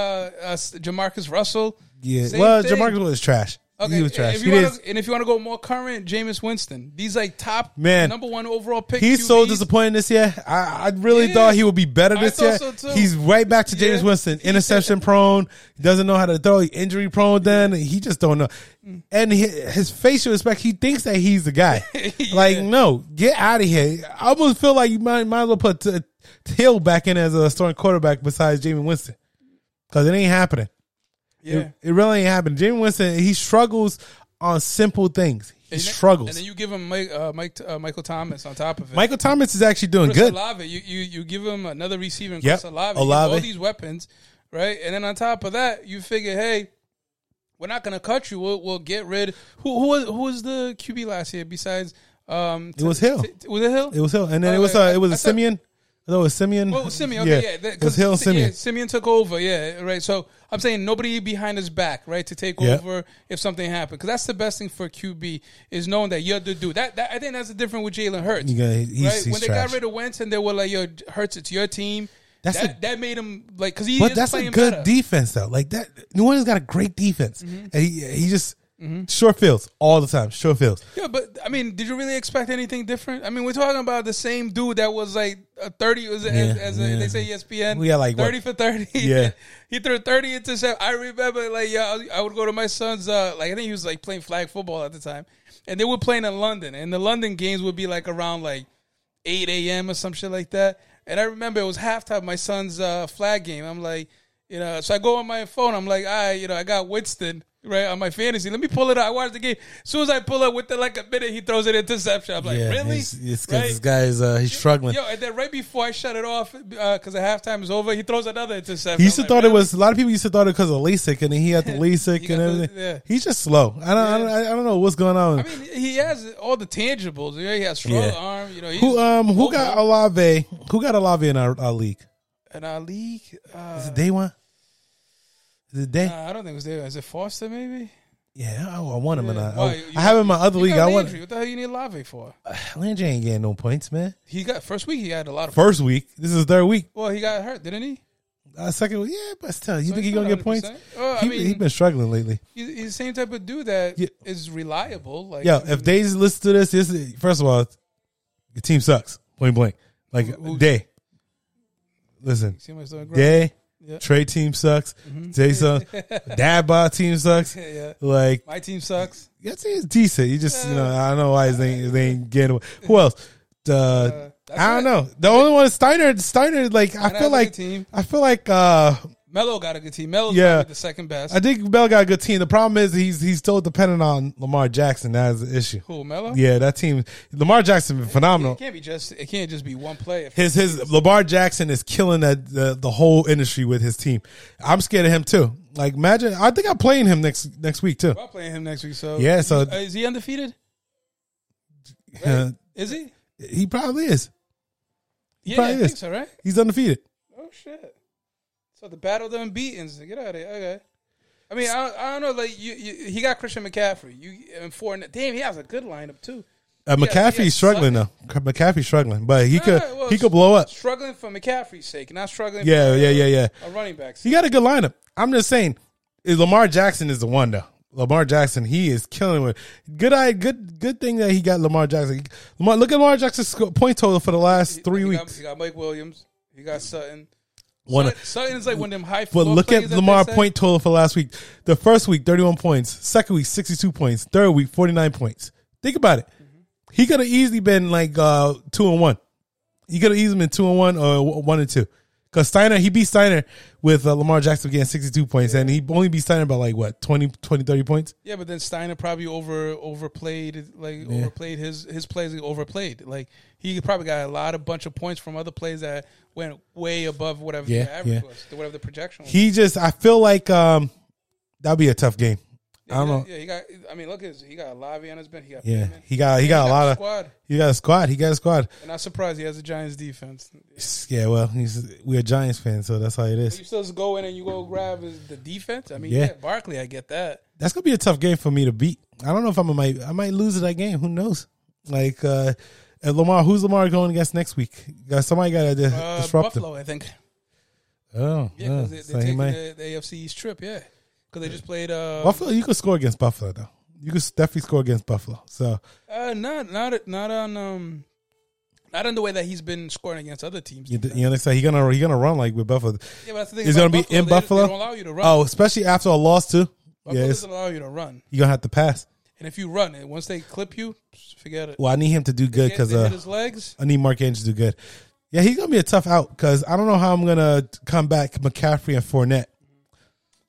Speaker 2: uh, Jamarcus Russell.
Speaker 1: yeah
Speaker 2: Same
Speaker 1: well
Speaker 2: thing.
Speaker 1: jamarcus was trash
Speaker 2: Okay,
Speaker 1: he was trash
Speaker 2: If
Speaker 1: he
Speaker 2: you
Speaker 1: did,
Speaker 2: wanna, and if you want to go more current, Jameis Winston. These like top
Speaker 1: Man,
Speaker 2: number one overall pick.
Speaker 1: He's so
Speaker 2: QBs.
Speaker 1: disappointed this year. I, I really
Speaker 2: Yeah.
Speaker 1: thought he would be better
Speaker 2: I
Speaker 1: this
Speaker 2: thought
Speaker 1: year.
Speaker 2: so too.
Speaker 1: He's right back to James
Speaker 2: Yeah.
Speaker 1: Winston, interception prone. He doesn't know how to throw. He injury prone. Then he just don't know.
Speaker 2: Mm.
Speaker 1: And he, his facial expression, he thinks that he's the guy. Like no, get out of here. I almost feel like you might might as well put T- Hill back in as a starting quarterback besides Jamie Winston because it ain't happening.
Speaker 2: Yeah.
Speaker 1: It, it really ain't happening. Jamie Winston he struggles on simple things. He
Speaker 2: And then-
Speaker 1: struggles.
Speaker 2: And then you give him Mike, uh, Mike uh, Michael Thomas on top of it.
Speaker 1: Michael Thomas is actually doing
Speaker 2: Chris
Speaker 1: good.
Speaker 2: Olave. You, you you give him another receiver. in
Speaker 1: Yep,
Speaker 2: Chris Olave. You
Speaker 1: Olave.
Speaker 2: give All these weapons, right? And then on top of that, you figure, hey, we're not going to cut you. We'll, we'll get rid. Who who was who was the QB last year besides? Um,
Speaker 1: It was Hill.
Speaker 2: was it Hill?
Speaker 1: It was Hill, and then
Speaker 2: Oh,
Speaker 1: it was
Speaker 2: yeah.
Speaker 1: uh, it was
Speaker 2: I
Speaker 1: a
Speaker 2: thought-
Speaker 1: Simeon. No, it was Simeon.
Speaker 2: Well, Simeon, okay, yeah, that-
Speaker 1: it was Hill and
Speaker 2: Si-
Speaker 1: Simeon.
Speaker 2: yeah, Simeon took over, yeah, right. So I'm saying nobody behind his back, right, to take
Speaker 1: Yeah.
Speaker 2: over if something happened, because that's the best thing for QB is knowing that you're the dude. That, that I think that's the difference with Jalen Hurts.
Speaker 1: You gotta- he's-
Speaker 2: right?
Speaker 1: he's
Speaker 2: when they
Speaker 1: trash.
Speaker 2: got rid of Wentz and they were like, "Yo, Hurts, it's your team."
Speaker 1: That's
Speaker 2: that,
Speaker 1: a-
Speaker 2: that made him like because he
Speaker 1: But
Speaker 2: is
Speaker 1: that's a
Speaker 2: playing
Speaker 1: good
Speaker 2: better. Mm-hmm.
Speaker 1: defense, though. Like that, New Orleans got a great defense, and he he just short fields all the time. Short fields.
Speaker 2: Yeah, but I mean, did you really expect anything different? I mean, we're talking about the same dude that was like a thirty, was as, as
Speaker 1: yeah.
Speaker 2: they say E ESPN.
Speaker 1: We got, like, what?
Speaker 2: thirty for thirty.
Speaker 1: Yeah.
Speaker 2: he threw thirty intercept. I remember, like, yeah, I was- I would go to my son's. Uh, like, I think he was like playing flag football at the time, and they were playing in London, and the London games would be like around like 8 a.m. or some shit like that. And I remember it was halftime, my son's uh, flag game. I'm like, you know, so I go on my phone. I'm like, I, you know, I got Winston right on my fantasy. Let me pull it out. I watched the game. As soon as I pull up with the like a minute, he throws an interception. I'm like, really?
Speaker 1: It's because
Speaker 2: Right?
Speaker 1: this guy is uh, he's struggling.
Speaker 2: Yo, and then right before I shut it off because the halftime is over, he throws another interception.
Speaker 1: he used to
Speaker 2: I'm like,
Speaker 1: thought it
Speaker 2: really?
Speaker 1: was a lot of people used to thought it because of LASIK, and then he had the LASIK
Speaker 2: got
Speaker 1: and
Speaker 2: the-
Speaker 1: everything.
Speaker 2: yeah.
Speaker 1: He's just slow. I don't, I don't I don't know what's going on.
Speaker 2: I mean, he has all the tangibles. You know, He has strong
Speaker 1: Yeah.
Speaker 2: arm. You know, he's
Speaker 1: who um who
Speaker 2: mobile.
Speaker 1: got Olave? Who got Olave in our, our league?
Speaker 2: in our league? Uh,
Speaker 1: Is it day one? Is it day?
Speaker 2: nah, I don't think it was there. Is it Foster? Maybe.
Speaker 1: yeah, I, I want him in. I,
Speaker 2: Why,
Speaker 1: I,
Speaker 2: you
Speaker 1: I have him in my other
Speaker 2: You
Speaker 1: league.
Speaker 2: got
Speaker 1: I want.
Speaker 2: Landry. What the hell you need Lave for?
Speaker 1: Landry ain't getting no points, man.
Speaker 2: He got first week. He had a lot of.
Speaker 1: First week, this is third week.
Speaker 2: Well, he got hurt, didn't he?
Speaker 1: Uh, second week, yeah, but still, you think he
Speaker 2: he's
Speaker 1: gonna
Speaker 2: not
Speaker 1: get points?
Speaker 2: 100%. Well, Oh, I
Speaker 1: he,
Speaker 2: mean-
Speaker 1: he been struggling lately.
Speaker 2: He's, he's the same type of dude that is
Speaker 1: Yeah.
Speaker 2: reliable. Like,
Speaker 1: Yo, if they just listen to this, this is, first of all, the team sucks. Point blank. Like
Speaker 2: Who-
Speaker 1: day. Listen,
Speaker 2: see him as doing great.
Speaker 1: day.
Speaker 2: Yeah. Mm-hmm.
Speaker 1: Trey team sucks. Jay sucks. Dad bod team sucks.
Speaker 2: Yeah, yeah.
Speaker 1: Like
Speaker 2: My team sucks.
Speaker 1: that team is decent. You just you know I don't know why his name they ain't getting. away. Who else? The
Speaker 2: that's
Speaker 1: I don't
Speaker 2: it.
Speaker 1: know. The only one is Steiner. Steiner. Like I
Speaker 2: Steiner has
Speaker 1: feel
Speaker 2: a
Speaker 1: like
Speaker 2: good team.
Speaker 1: I feel like uh
Speaker 2: Melo got a good team. Melo's
Speaker 1: Yeah.
Speaker 2: probably the second best.
Speaker 1: I think Bell got a good team. The problem is he's he's still dependent on Lamar Jackson. That is the issue.
Speaker 2: Who Melo?
Speaker 1: Yeah, that team. Lamar Jackson been
Speaker 2: It
Speaker 1: phenomenal.
Speaker 2: can't be just. It can't just be one player.
Speaker 1: His his Lamar Jackson is killing the, the the whole industry with his team. I'm scared of him too. Like imagine, I think I'm playing him next next week too.
Speaker 2: I'm playing him next week. So
Speaker 1: Yeah, so-
Speaker 2: Uh, is he undefeated?
Speaker 1: Uh,
Speaker 2: Is he?
Speaker 1: he probably is.
Speaker 2: Yeah, I
Speaker 1: probably
Speaker 2: think
Speaker 1: is.
Speaker 2: so. Right?
Speaker 1: He's undefeated.
Speaker 2: Oh shit! So the battle of the unbeaten's. Get out of here. Okay. I mean, I, I don't know. Like you, you, he got Christian McCaffrey. You and four. Damn, he has a good lineup too.
Speaker 1: Uh, McCaffrey's
Speaker 2: yeah,
Speaker 1: struggling though. McCaffrey's struggling, but he could
Speaker 2: Nah, well,
Speaker 1: he could blow up.
Speaker 2: Struggling for McCaffrey's sake, not struggling.
Speaker 1: Yeah,
Speaker 2: for, uh,
Speaker 1: yeah, yeah, yeah.
Speaker 2: A running back.
Speaker 1: He got a good lineup. I'm just saying, is Lamar Jackson is the one though. Lamar Jackson, he is killing it. Good eye, good, good thing that he got Lamar Jackson. Lamar, look at Lamar Jackson's sco- point total for the last three
Speaker 2: he
Speaker 1: weeks.
Speaker 2: Got, he got Mike Williams. He got Sutton.
Speaker 1: One,
Speaker 2: Sutton is like one of them high.
Speaker 1: But
Speaker 2: floor
Speaker 1: look
Speaker 2: players eh?
Speaker 1: at
Speaker 2: that they
Speaker 1: Lamar
Speaker 2: say.
Speaker 1: point total for last week. The first week, 31 points. Second week, 62 points. Third week, 49 points. Think about it. He could have easily been like uh, two and one. He could have easily been two and one or w- one and two. Because Steiner, he beat Steiner with uh, Lamar Jackson getting 62 points, and he only beat Steiner by like what, 20, 20 30 points?
Speaker 2: Yeah, but then Steiner probably over overplayed like overplayed his his plays like, overplayed. Like he probably got a lot of bunch of points from other plays that went way above whatever
Speaker 1: Yeah,
Speaker 2: the average
Speaker 1: yeah.
Speaker 2: was, whatever the projection was.
Speaker 1: He just, I feel like um, that'd be a tough game. I don't know.
Speaker 2: Yeah, he got. I mean, look, at his, he got Lavi on his bench. He got
Speaker 1: Yeah,
Speaker 2: Pittman.
Speaker 1: he got he got a
Speaker 2: got
Speaker 1: lot
Speaker 2: the
Speaker 1: of
Speaker 2: squad.
Speaker 1: he got a squad. He got a squad.
Speaker 2: And not surprised he has a Giants defense.
Speaker 1: Yeah, well, he's we're a Giants fan, so that's how it is.
Speaker 2: You still just go in and you go grab his, the defense. I mean,
Speaker 1: Yeah.
Speaker 2: yeah, Barkley, I get that.
Speaker 1: that's gonna be a tough game for me to beat. I don't know if I'm might I might lose that game. Who knows? Like uh, and Lamar, who's Lamar going against next week? Got- Somebody got to
Speaker 2: Uh,
Speaker 1: disrupt
Speaker 2: Buffalo, I think.
Speaker 1: him. Oh,
Speaker 2: Yeah,
Speaker 1: oh.
Speaker 2: because they,
Speaker 1: so
Speaker 2: are
Speaker 1: he
Speaker 2: taking
Speaker 1: might.
Speaker 2: the, the AFC East trip. Yeah, because they just played. Uh,
Speaker 1: Buffalo, you could score against Buffalo though. You could definitely score against Buffalo. So
Speaker 2: Uh, not not not on um, not on the way that he's been scoring against other teams.
Speaker 1: you, you understand? He gonna he gonna run like with Buffalo.
Speaker 2: yeah, but that's the thing.
Speaker 1: It's
Speaker 2: about
Speaker 1: gonna be in
Speaker 2: They-
Speaker 1: Buffalo.
Speaker 2: They, don't allow you to run.
Speaker 1: Oh, especially after a loss too.
Speaker 2: Buffalo
Speaker 1: yes,
Speaker 2: doesn't allow you to run.
Speaker 1: you gonna have to pass.
Speaker 2: And if you run, and once they clip you, forget it.
Speaker 1: Well, I need him to do good
Speaker 2: They-
Speaker 1: because
Speaker 2: they hit
Speaker 1: uh,
Speaker 2: his legs.
Speaker 1: I need Mark Andrews to do good. Yeah, he's gonna be a tough out because I don't know how I'm gonna combat McCaffrey and Fournette.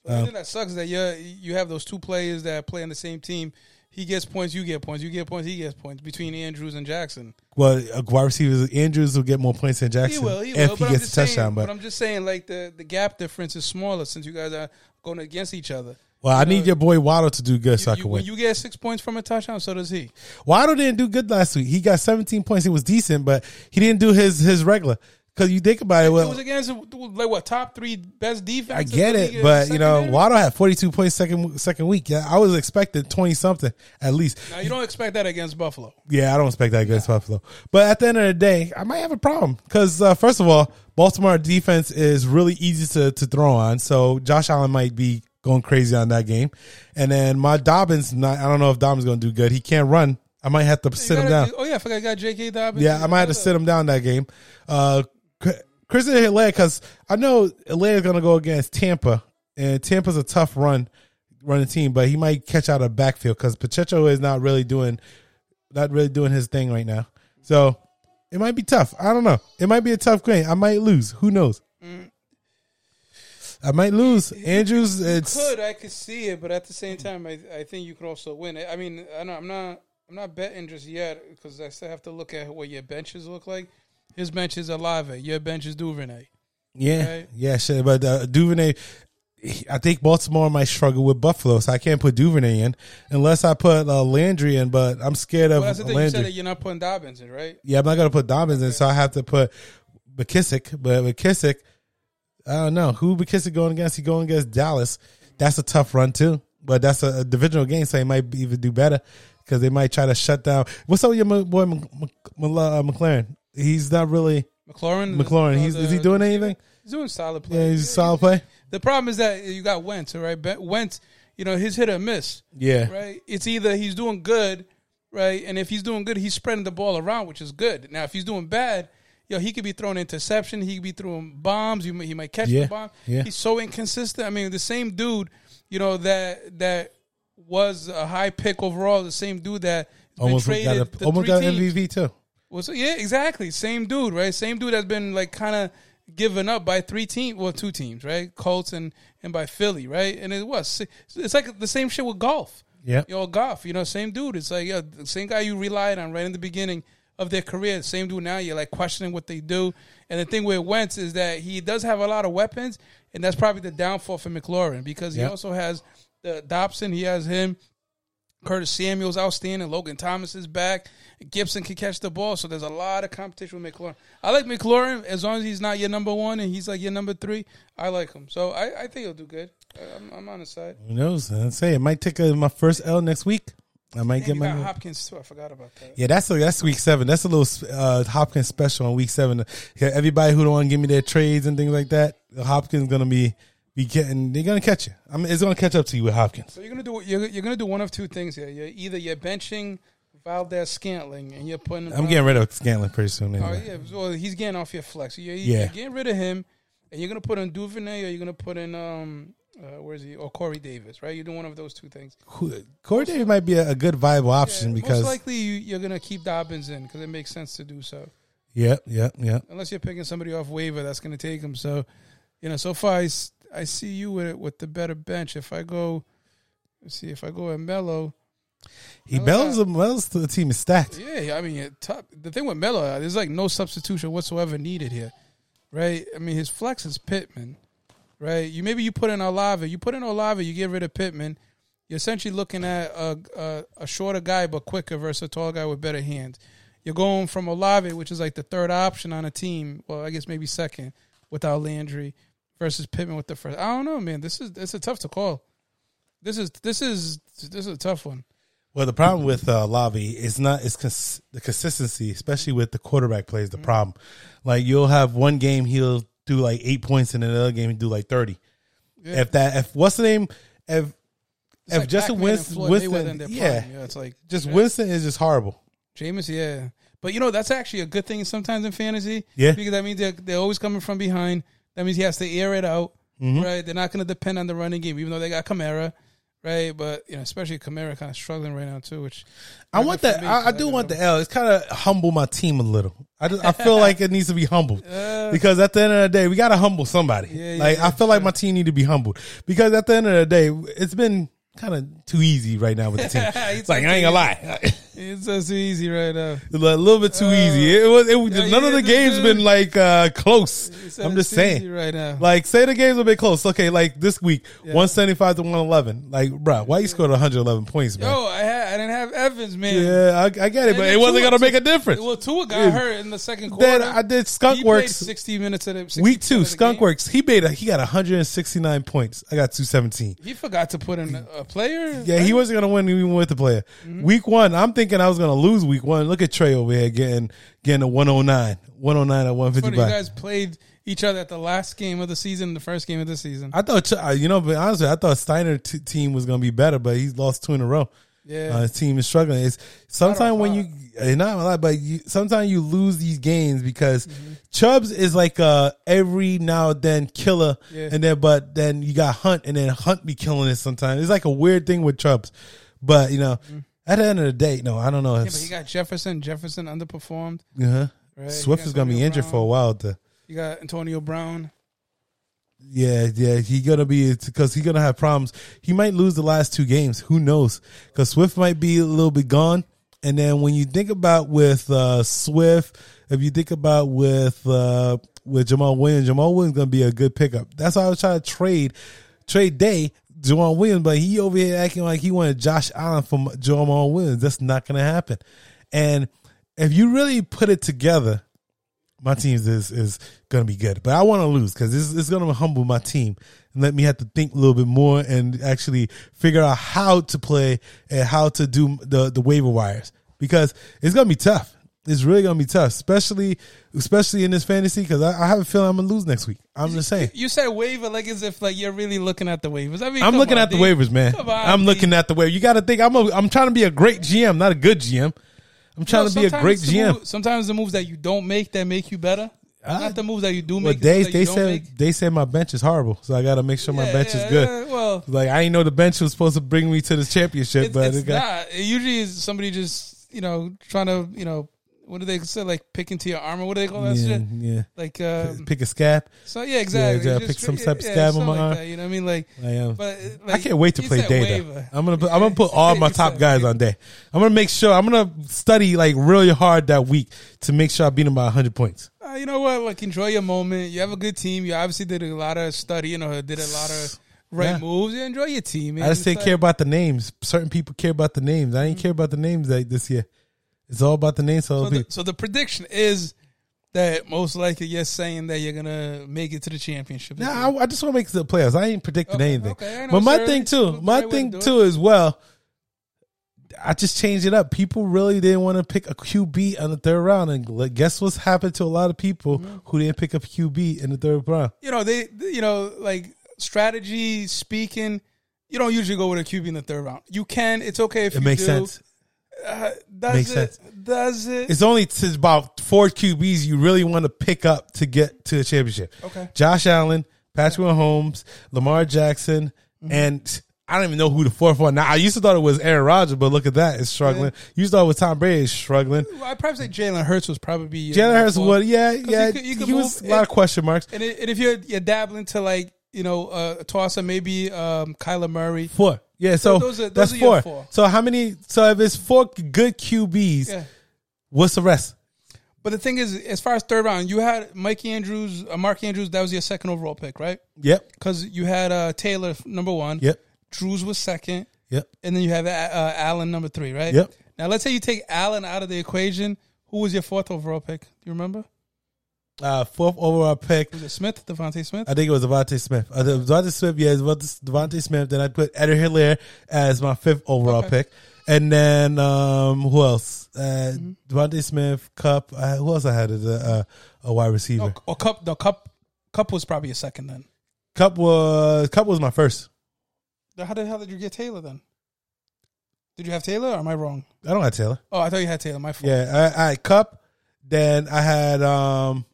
Speaker 1: uh,
Speaker 2: the thing that sucks is that you you have those two players that play on the same team. He gets points, you get points. You get points, he gets points. Between Andrews and Jackson,
Speaker 1: Well, uh, wide receivers Andrews will get more points than
Speaker 2: he
Speaker 1: Jackson
Speaker 2: will, he
Speaker 1: if
Speaker 2: will.
Speaker 1: he
Speaker 2: But I'm
Speaker 1: gets a
Speaker 2: just saying,
Speaker 1: touchdown.
Speaker 2: but
Speaker 1: But
Speaker 2: I'm just saying, like the the gap difference is smaller since you guys are going against each other.
Speaker 1: well, I need your boy Waddle to do good so I
Speaker 2: You-
Speaker 1: can
Speaker 2: when
Speaker 1: win.
Speaker 2: you get six points from a touchdown, so does he.
Speaker 1: Waddle didn't do good last week. He got 17 points. He was decent, but he didn't do his his regular. Because you think about it,
Speaker 2: it
Speaker 1: well,
Speaker 2: was against like what top three best defense.
Speaker 1: I get it, but you know, Waddle had 42 points second second week. Yeah, I was expecting 20 something at least.
Speaker 2: Now you don't expect that against Buffalo.
Speaker 1: Yeah, I don't expect that against Buffalo. But at the end of the day, I might have a problem because uh, first of all, Baltimore defense is really easy to, to throw on, so Josh Allen might be going crazy on that game. And then my Dobbins, not I don't know if Dobbins going to do good. He can't run. I might have to sit him down.
Speaker 2: Oh yeah, I forgot you got J.K. Dobbins.
Speaker 1: Yeah, I might have to sit him down that game. Uh, Cr- Christian Hilaire, because I know Hilaire's going to go against Tampa, and Tampa's a tough run running team, but he might catch out of backfield because Pacheco is not really doing not really doing his thing right now. So it might be tough. I don't know. It might be a tough game. I might lose. Who knows? I might lose. Andrews, it's
Speaker 2: Could I could see it, but at the same time, I, I think you could also win it. I mean, I know, I'm not I'm not betting just yet because I still have to look at what your benches look like. His bench is Alave. Your bench is Duvernay.
Speaker 1: Yeah,
Speaker 2: Right?
Speaker 1: yeah, shit. But uh, Duvernay, I think Baltimore might struggle with Buffalo, so I can't put Duvernay in unless I put uh, Landry in. But I'm scared of
Speaker 2: But that's the thing. You said that
Speaker 1: Landry.
Speaker 2: you're not putting Dobbins in, right?
Speaker 1: Yeah, I'm not gonna put Dobbins in, so I have to put McKissick. But McKissick, I don't know who McKissick going against. He going against Dallas. That's a tough run too, but that's a, a divisional game, so he might even do better because they might try to shut down. What's up with your mo- boy Mc- Mc- uh, McLaren? He's not really
Speaker 2: McLaurin.
Speaker 1: McLaurin. He's is he doing anything?
Speaker 2: He's doing solid play.
Speaker 1: Yeah, he's a solid play.
Speaker 2: The problem is that you got Wentz, all right? Ben- Wentz, you know, his hit or miss,
Speaker 1: Yeah,
Speaker 2: right? It's either he's doing good, right? And if he's doing good, he's spreading the ball around, which is good. Now, if he's doing bad, yo, he could be throwing interception. He could be throwing bombs. You, may- he might catch
Speaker 1: Yeah,
Speaker 2: the bomb.
Speaker 1: yeah.
Speaker 2: He's so inconsistent. I mean, the same dude, you know, that that was a high pick overall, the same dude that has been
Speaker 1: almost got
Speaker 2: traded
Speaker 1: a,
Speaker 2: to
Speaker 1: almost
Speaker 2: three
Speaker 1: got an
Speaker 2: teams.
Speaker 1: MVP too.
Speaker 2: Well, so, yeah, exactly. Same dude, right? Same dude that's been like kind of given up by three teams, well, two teams, right? Colts and and by Philly, right? And it was it's like the same shit with golf.
Speaker 1: Yeah.
Speaker 2: yo, golf, you know, same dude. It's like yo, the same guy you relied on right in the beginning of their career. Same dude now. You're like questioning what they do. And the thing with Wentz is that he does have a lot of weapons, and that's probably the downfall for McLaurin because he
Speaker 1: Yeah.
Speaker 2: also has the Dobson. He has him. Curtis Samuel's outstanding. Logan Thomas is back. Gibson can catch the ball. So there's a lot of competition with McLaurin. I like McLaurin as long as he's not your number one and he's like your number three. I like him. So I, I think he'll do good. I- I'm, I'm on his side.
Speaker 1: Who knows? I say it might take uh my first L next week. I might
Speaker 2: And
Speaker 1: get
Speaker 2: you
Speaker 1: my.
Speaker 2: got Hopkins too. I forgot about that.
Speaker 1: yeah, that's a, that's week seven. That's a little uh, Hopkins special on week seven. Yeah, everybody who don't want to give me their trades and things like that, Hopkins gonna be be getting. They're gonna catch you. I mean, it's gonna catch up to you with Hopkins.
Speaker 2: So you're gonna do you're, you're gonna do one of two things here. You're either you're benching Valdez Scantling and you're putting.
Speaker 1: I'm getting rid of Scanlon pretty soon.
Speaker 2: Oh
Speaker 1: Anyway.
Speaker 2: yeah, well he's getting off your flex. You're,
Speaker 1: Yeah.
Speaker 2: you're getting rid of him, and you're gonna put in Duvernay or you're gonna put in um, uh, where is he? Or Corey Davis, right? You do one of those two things.
Speaker 1: Who- Corey Davis might be a, a good viable option because
Speaker 2: most likely you, you're gonna keep Dobbins in because it makes sense to do so,
Speaker 1: yeah, yeah, yeah.
Speaker 2: unless you're picking somebody off waiver that's gonna take him. So, you know, so far I, s- I see you with with the better bench. If I go, let's see, if I go at Mello,
Speaker 1: He
Speaker 2: I like
Speaker 1: bells him. Bells the team is stacked.
Speaker 2: Yeah, I mean, it- top, the thing with Melo, uh, there's like no substitution whatsoever needed here, right? I mean, his flex is Pittman, right? You maybe you put in Olave, you put in Olave, you get rid of Pittman. You're essentially looking at a a, a shorter guy but quicker versus a tall guy with better hands. You're going from Olave, which is like the third option on a team. Well, I guess maybe second without Landry versus Pittman with the first. I don't know, man. This is it's a tough to call. This is this is this is a tough one.
Speaker 1: Well, the problem with uh, Lavi is not is cons- the consistency, especially with the quarterback plays
Speaker 2: Mm-hmm.
Speaker 1: the problem. Like you'll have one game he'll do like eight points, and another game he'll do like thirty.
Speaker 2: Yeah.
Speaker 1: If that, if what's the name, if
Speaker 2: It's
Speaker 1: if
Speaker 2: like
Speaker 1: Justin
Speaker 2: Pac-Man and
Speaker 1: Winston,
Speaker 2: Floyd
Speaker 1: Winston-
Speaker 2: Mayweather in their prime.
Speaker 1: yeah,
Speaker 2: yeah, it's like
Speaker 1: just
Speaker 2: yeah.
Speaker 1: Winston is just horrible.
Speaker 2: Jameis, yeah. But you know, that's actually a good thing sometimes in fantasy.
Speaker 1: Yeah.
Speaker 2: Because that means they're, they're always coming from behind. That means he has to air it out.
Speaker 1: Mm-hmm.
Speaker 2: Right? They're not going to depend on the running game, even though they got Kamara. Right? But, you know, especially Kamara kind of struggling right now, too, which.
Speaker 1: I want that. I, I do want the L. It's kind of humble my team a little. I just, I feel like it needs to be humbled because at the end of the day, we gotta humble somebody.
Speaker 2: Yeah, yeah,
Speaker 1: like
Speaker 2: yeah,
Speaker 1: I feel like my team need to be humbled because at the end of the day, it's been kind of too easy right now with the team. it's like I ain't gonna lie,
Speaker 2: It's just easy right now.
Speaker 1: a little bit too easy. It was. It was
Speaker 2: yeah,
Speaker 1: none of
Speaker 2: Uh, yeah,
Speaker 1: the
Speaker 2: dude,
Speaker 1: games
Speaker 2: dude.
Speaker 1: been like uh, close.
Speaker 2: It's
Speaker 1: I'm just
Speaker 2: just
Speaker 1: saying.
Speaker 2: easy right now.
Speaker 1: Like, say the game's a bit close. Okay, like this week, one seventy five to one eleven. Like, bruh, why you scored one hundred eleven points, man?
Speaker 2: Yo, Oh, I, had, I didn't have Evans, man.
Speaker 1: yeah, I, I get it,
Speaker 2: And
Speaker 1: but
Speaker 2: then
Speaker 1: it wasn't
Speaker 2: Tua-
Speaker 1: gonna make a difference.
Speaker 2: Well, Tua got
Speaker 1: Dude.
Speaker 2: hurt in the second quarter.
Speaker 1: Then I did
Speaker 2: he played
Speaker 1: Skunkworks
Speaker 2: 60 minutes of the 60
Speaker 1: week two.
Speaker 2: minutes of the game.
Speaker 1: Skunkworks he made a, he got 169 points. I got 217.
Speaker 2: He forgot to put in a a player.
Speaker 1: Yeah, he wasn't gonna win even with the player.
Speaker 2: Mm-hmm.
Speaker 1: Week one, I'm thinking I was gonna lose week one. Look at Trey over here getting getting a 109, 109 at
Speaker 2: But
Speaker 1: 155.
Speaker 2: you guys played each other at the last game of the season, the first game of the season.
Speaker 1: I thought uh, you know, but honestly, I thought Steiner t- team was gonna be better, but he's lost two in a row.
Speaker 2: Yeah.
Speaker 1: uh, his team is struggling. It's sometimes when you eh, not a lot, but you, sometimes you lose these games because
Speaker 2: Mm-hmm.
Speaker 1: Chubbs is like a every now and then killer,
Speaker 2: Yeah.
Speaker 1: and then but then you got Hunt, and then Hunt be killing it sometimes. It's like a weird thing with Chubbs, but you know, at the end of the day, no, I don't know.
Speaker 2: Mm-hmm. but
Speaker 1: If,
Speaker 2: you got Jefferson. Jefferson underperformed.
Speaker 1: uh-huh.
Speaker 2: Right,
Speaker 1: Swift
Speaker 2: you got
Speaker 1: is gonna be
Speaker 2: Antonio
Speaker 1: injured for a
Speaker 2: Brown.
Speaker 1: while. To,
Speaker 2: You got Antonio Brown.
Speaker 1: Yeah, yeah, he gonna be because he gonna have problems. He might lose the last two games. Who knows? Because Swift might be a little bit gone. And then when you think about with uh, Swift, if you think about with uh, with Jamal Williams, Jamal Williams gonna be a good pickup. That's why I was trying to trade trade day Jamal Williams, but he over here acting like he wanted Josh Allen from Jamal Williams. That's not gonna happen. And if you really put it together, my team is is gonna be good, but I want to lose because this is gonna humble my team and let me have to think a little bit more and actually figure out how to play and how to do the the waiver wires because it's gonna be tough. It's really gonna be tough, especially especially in this fantasy because I, I have a feeling I'm gonna lose next week. I'm just saying.
Speaker 2: You said waiver like as if like you're really looking at the waivers. I mean,
Speaker 1: I'm
Speaker 2: come
Speaker 1: looking
Speaker 2: on,
Speaker 1: at the
Speaker 2: D.
Speaker 1: waivers, man.
Speaker 2: Come on,
Speaker 1: I'm
Speaker 2: D.
Speaker 1: looking at the waiver. You got to think. I'm a, I'm trying to be a great GM, not a good GM. I'm
Speaker 2: No,
Speaker 1: trying to be a
Speaker 2: sometimes
Speaker 1: great
Speaker 2: it's the
Speaker 1: GM.
Speaker 2: move- sometimes the moves that you don't make that make you better.
Speaker 1: Ah.
Speaker 2: Not the moves that you do
Speaker 1: But
Speaker 2: make. it's the
Speaker 1: they
Speaker 2: that you
Speaker 1: they
Speaker 2: don't
Speaker 1: said
Speaker 2: make.
Speaker 1: they said my bench is horrible, so I got to make sure my
Speaker 2: Yeah,
Speaker 1: bench
Speaker 2: yeah,
Speaker 1: is good.
Speaker 2: yeah, well,
Speaker 1: Like I didn't know the bench was supposed to bring me to the championship,
Speaker 2: it's,
Speaker 1: but
Speaker 2: it's
Speaker 1: it got,
Speaker 2: not. It usually is somebody just you know trying to you know what do they say like picking to your armor? What do they call that
Speaker 1: yeah,
Speaker 2: shit?
Speaker 1: yeah.
Speaker 2: Like um,
Speaker 1: Pick a scab.
Speaker 2: So yeah, exactly.
Speaker 1: yeah, uh,
Speaker 2: You
Speaker 1: pick
Speaker 2: just-
Speaker 1: some type of
Speaker 2: yeah,
Speaker 1: scab on
Speaker 2: something
Speaker 1: my arm.
Speaker 2: Like that, you know what I mean? Like,
Speaker 1: I am.
Speaker 2: but
Speaker 1: I can't wait to
Speaker 2: you
Speaker 1: play
Speaker 2: said
Speaker 1: day. Though.
Speaker 2: waiver.
Speaker 1: I'm gonna put, I'm gonna put all my
Speaker 2: You
Speaker 1: top
Speaker 2: said
Speaker 1: guys
Speaker 2: waiver.
Speaker 1: on day. I'm gonna make sure I'm gonna study like really hard that week to make sure I beat them by 100 points.
Speaker 2: Uh, you know what? Like enjoy your moment. You have a good team. You obviously did a lot of studying or did a lot of right
Speaker 1: Yeah.
Speaker 2: moves. You enjoy your team. Man. uh,
Speaker 1: I just
Speaker 2: It's
Speaker 1: didn't
Speaker 2: like-
Speaker 1: care about the names. Certain people care about the names. I didn't care about the names like this year. It's all about the names. So
Speaker 2: Mm-hmm. So the,
Speaker 1: people.
Speaker 2: so the prediction is that most likely you're saying that you're gonna make it to the championship.
Speaker 1: Nah, I, I just want to make the playoffs. I ain't predicting
Speaker 2: Okay,
Speaker 1: anything.
Speaker 2: okay, I know,
Speaker 1: but my
Speaker 2: sir.
Speaker 1: thing
Speaker 2: It's
Speaker 1: too,
Speaker 2: the
Speaker 1: my
Speaker 2: right way to
Speaker 1: thing
Speaker 2: do it.
Speaker 1: too as well. I just changed it up. People really didn't want to pick a QB on the third round, and like, guess what's happened to a lot of people
Speaker 2: Mm-hmm.
Speaker 1: who didn't pick up QB in the third round.
Speaker 2: you know they, they- you know, like strategy speaking, you don't usually go with a QB in the third round. You can. It's okay if
Speaker 1: It
Speaker 2: you
Speaker 1: makes
Speaker 2: do.
Speaker 1: sense.
Speaker 2: uh, does
Speaker 1: Makes
Speaker 2: it?
Speaker 1: sense.
Speaker 2: Does it?
Speaker 1: It's only to about four QBs you really want to pick up to get to a championship.
Speaker 2: Okay.
Speaker 1: Josh Allen, Patrick Mahomes, Lamar Jackson,
Speaker 2: Mm-hmm.
Speaker 1: and I don't even know who the fourth one. Now I used to thought it was Aaron Rodgers, but look at that, it's struggling. You used to thought it was Tom Brady, it's struggling.
Speaker 2: Well, I'd probably say Jalen Hurts was probably
Speaker 1: Jalen Hurts
Speaker 2: well,
Speaker 1: would, yeah, yeah.
Speaker 2: you could- you could
Speaker 1: he was
Speaker 2: move
Speaker 1: a lot
Speaker 2: it-
Speaker 1: of question marks.
Speaker 2: And, it, and if you're you're dabbling to like you know uh, a tosser, maybe um, Kyler Murray.
Speaker 1: Four. Yeah, so,
Speaker 2: those are- those
Speaker 1: that's
Speaker 2: are
Speaker 1: four.
Speaker 2: your four.
Speaker 1: So how many? So if it's four good QBs,
Speaker 2: Yeah.
Speaker 1: what's the rest?
Speaker 2: But the thing is, as far as third round, you had Mike Andrews, uh, Mark Andrews. That was your second overall pick, right?
Speaker 1: Yep,
Speaker 2: Because you had uh, Taylor f- number one.
Speaker 1: yep,
Speaker 2: Drews was second,
Speaker 1: yep.
Speaker 2: and then you have uh, uh, Allen number three, right?
Speaker 1: Yep.
Speaker 2: Now let's say you take Allen out of the equation. Who was your fourth overall pick? Do you remember?
Speaker 1: Uh, fourth overall pick.
Speaker 2: Was it Smith, Devontae Smith?
Speaker 1: I think it was Devontae Smith. Uh, the- Devontae Smith, yeah, it was Devontae Smith. Then I put Eder Hilaire as my fifth overall pick. And then um, who else? Uh,
Speaker 2: Mm-hmm.
Speaker 1: Devontae Smith, Cup. Uh, who else I had as a, uh, a wide receiver?
Speaker 2: Or, or Cup? No, Cup. Cup was probably your second then.
Speaker 1: Cup was Cup was my first.
Speaker 2: Then How the hell did you get Taylor then? Did you have Taylor? or am I wrong?
Speaker 1: I don't have Taylor.
Speaker 2: Oh, I thought you had Taylor. My fault.
Speaker 1: Yeah, I, I had Cup. Then I had um,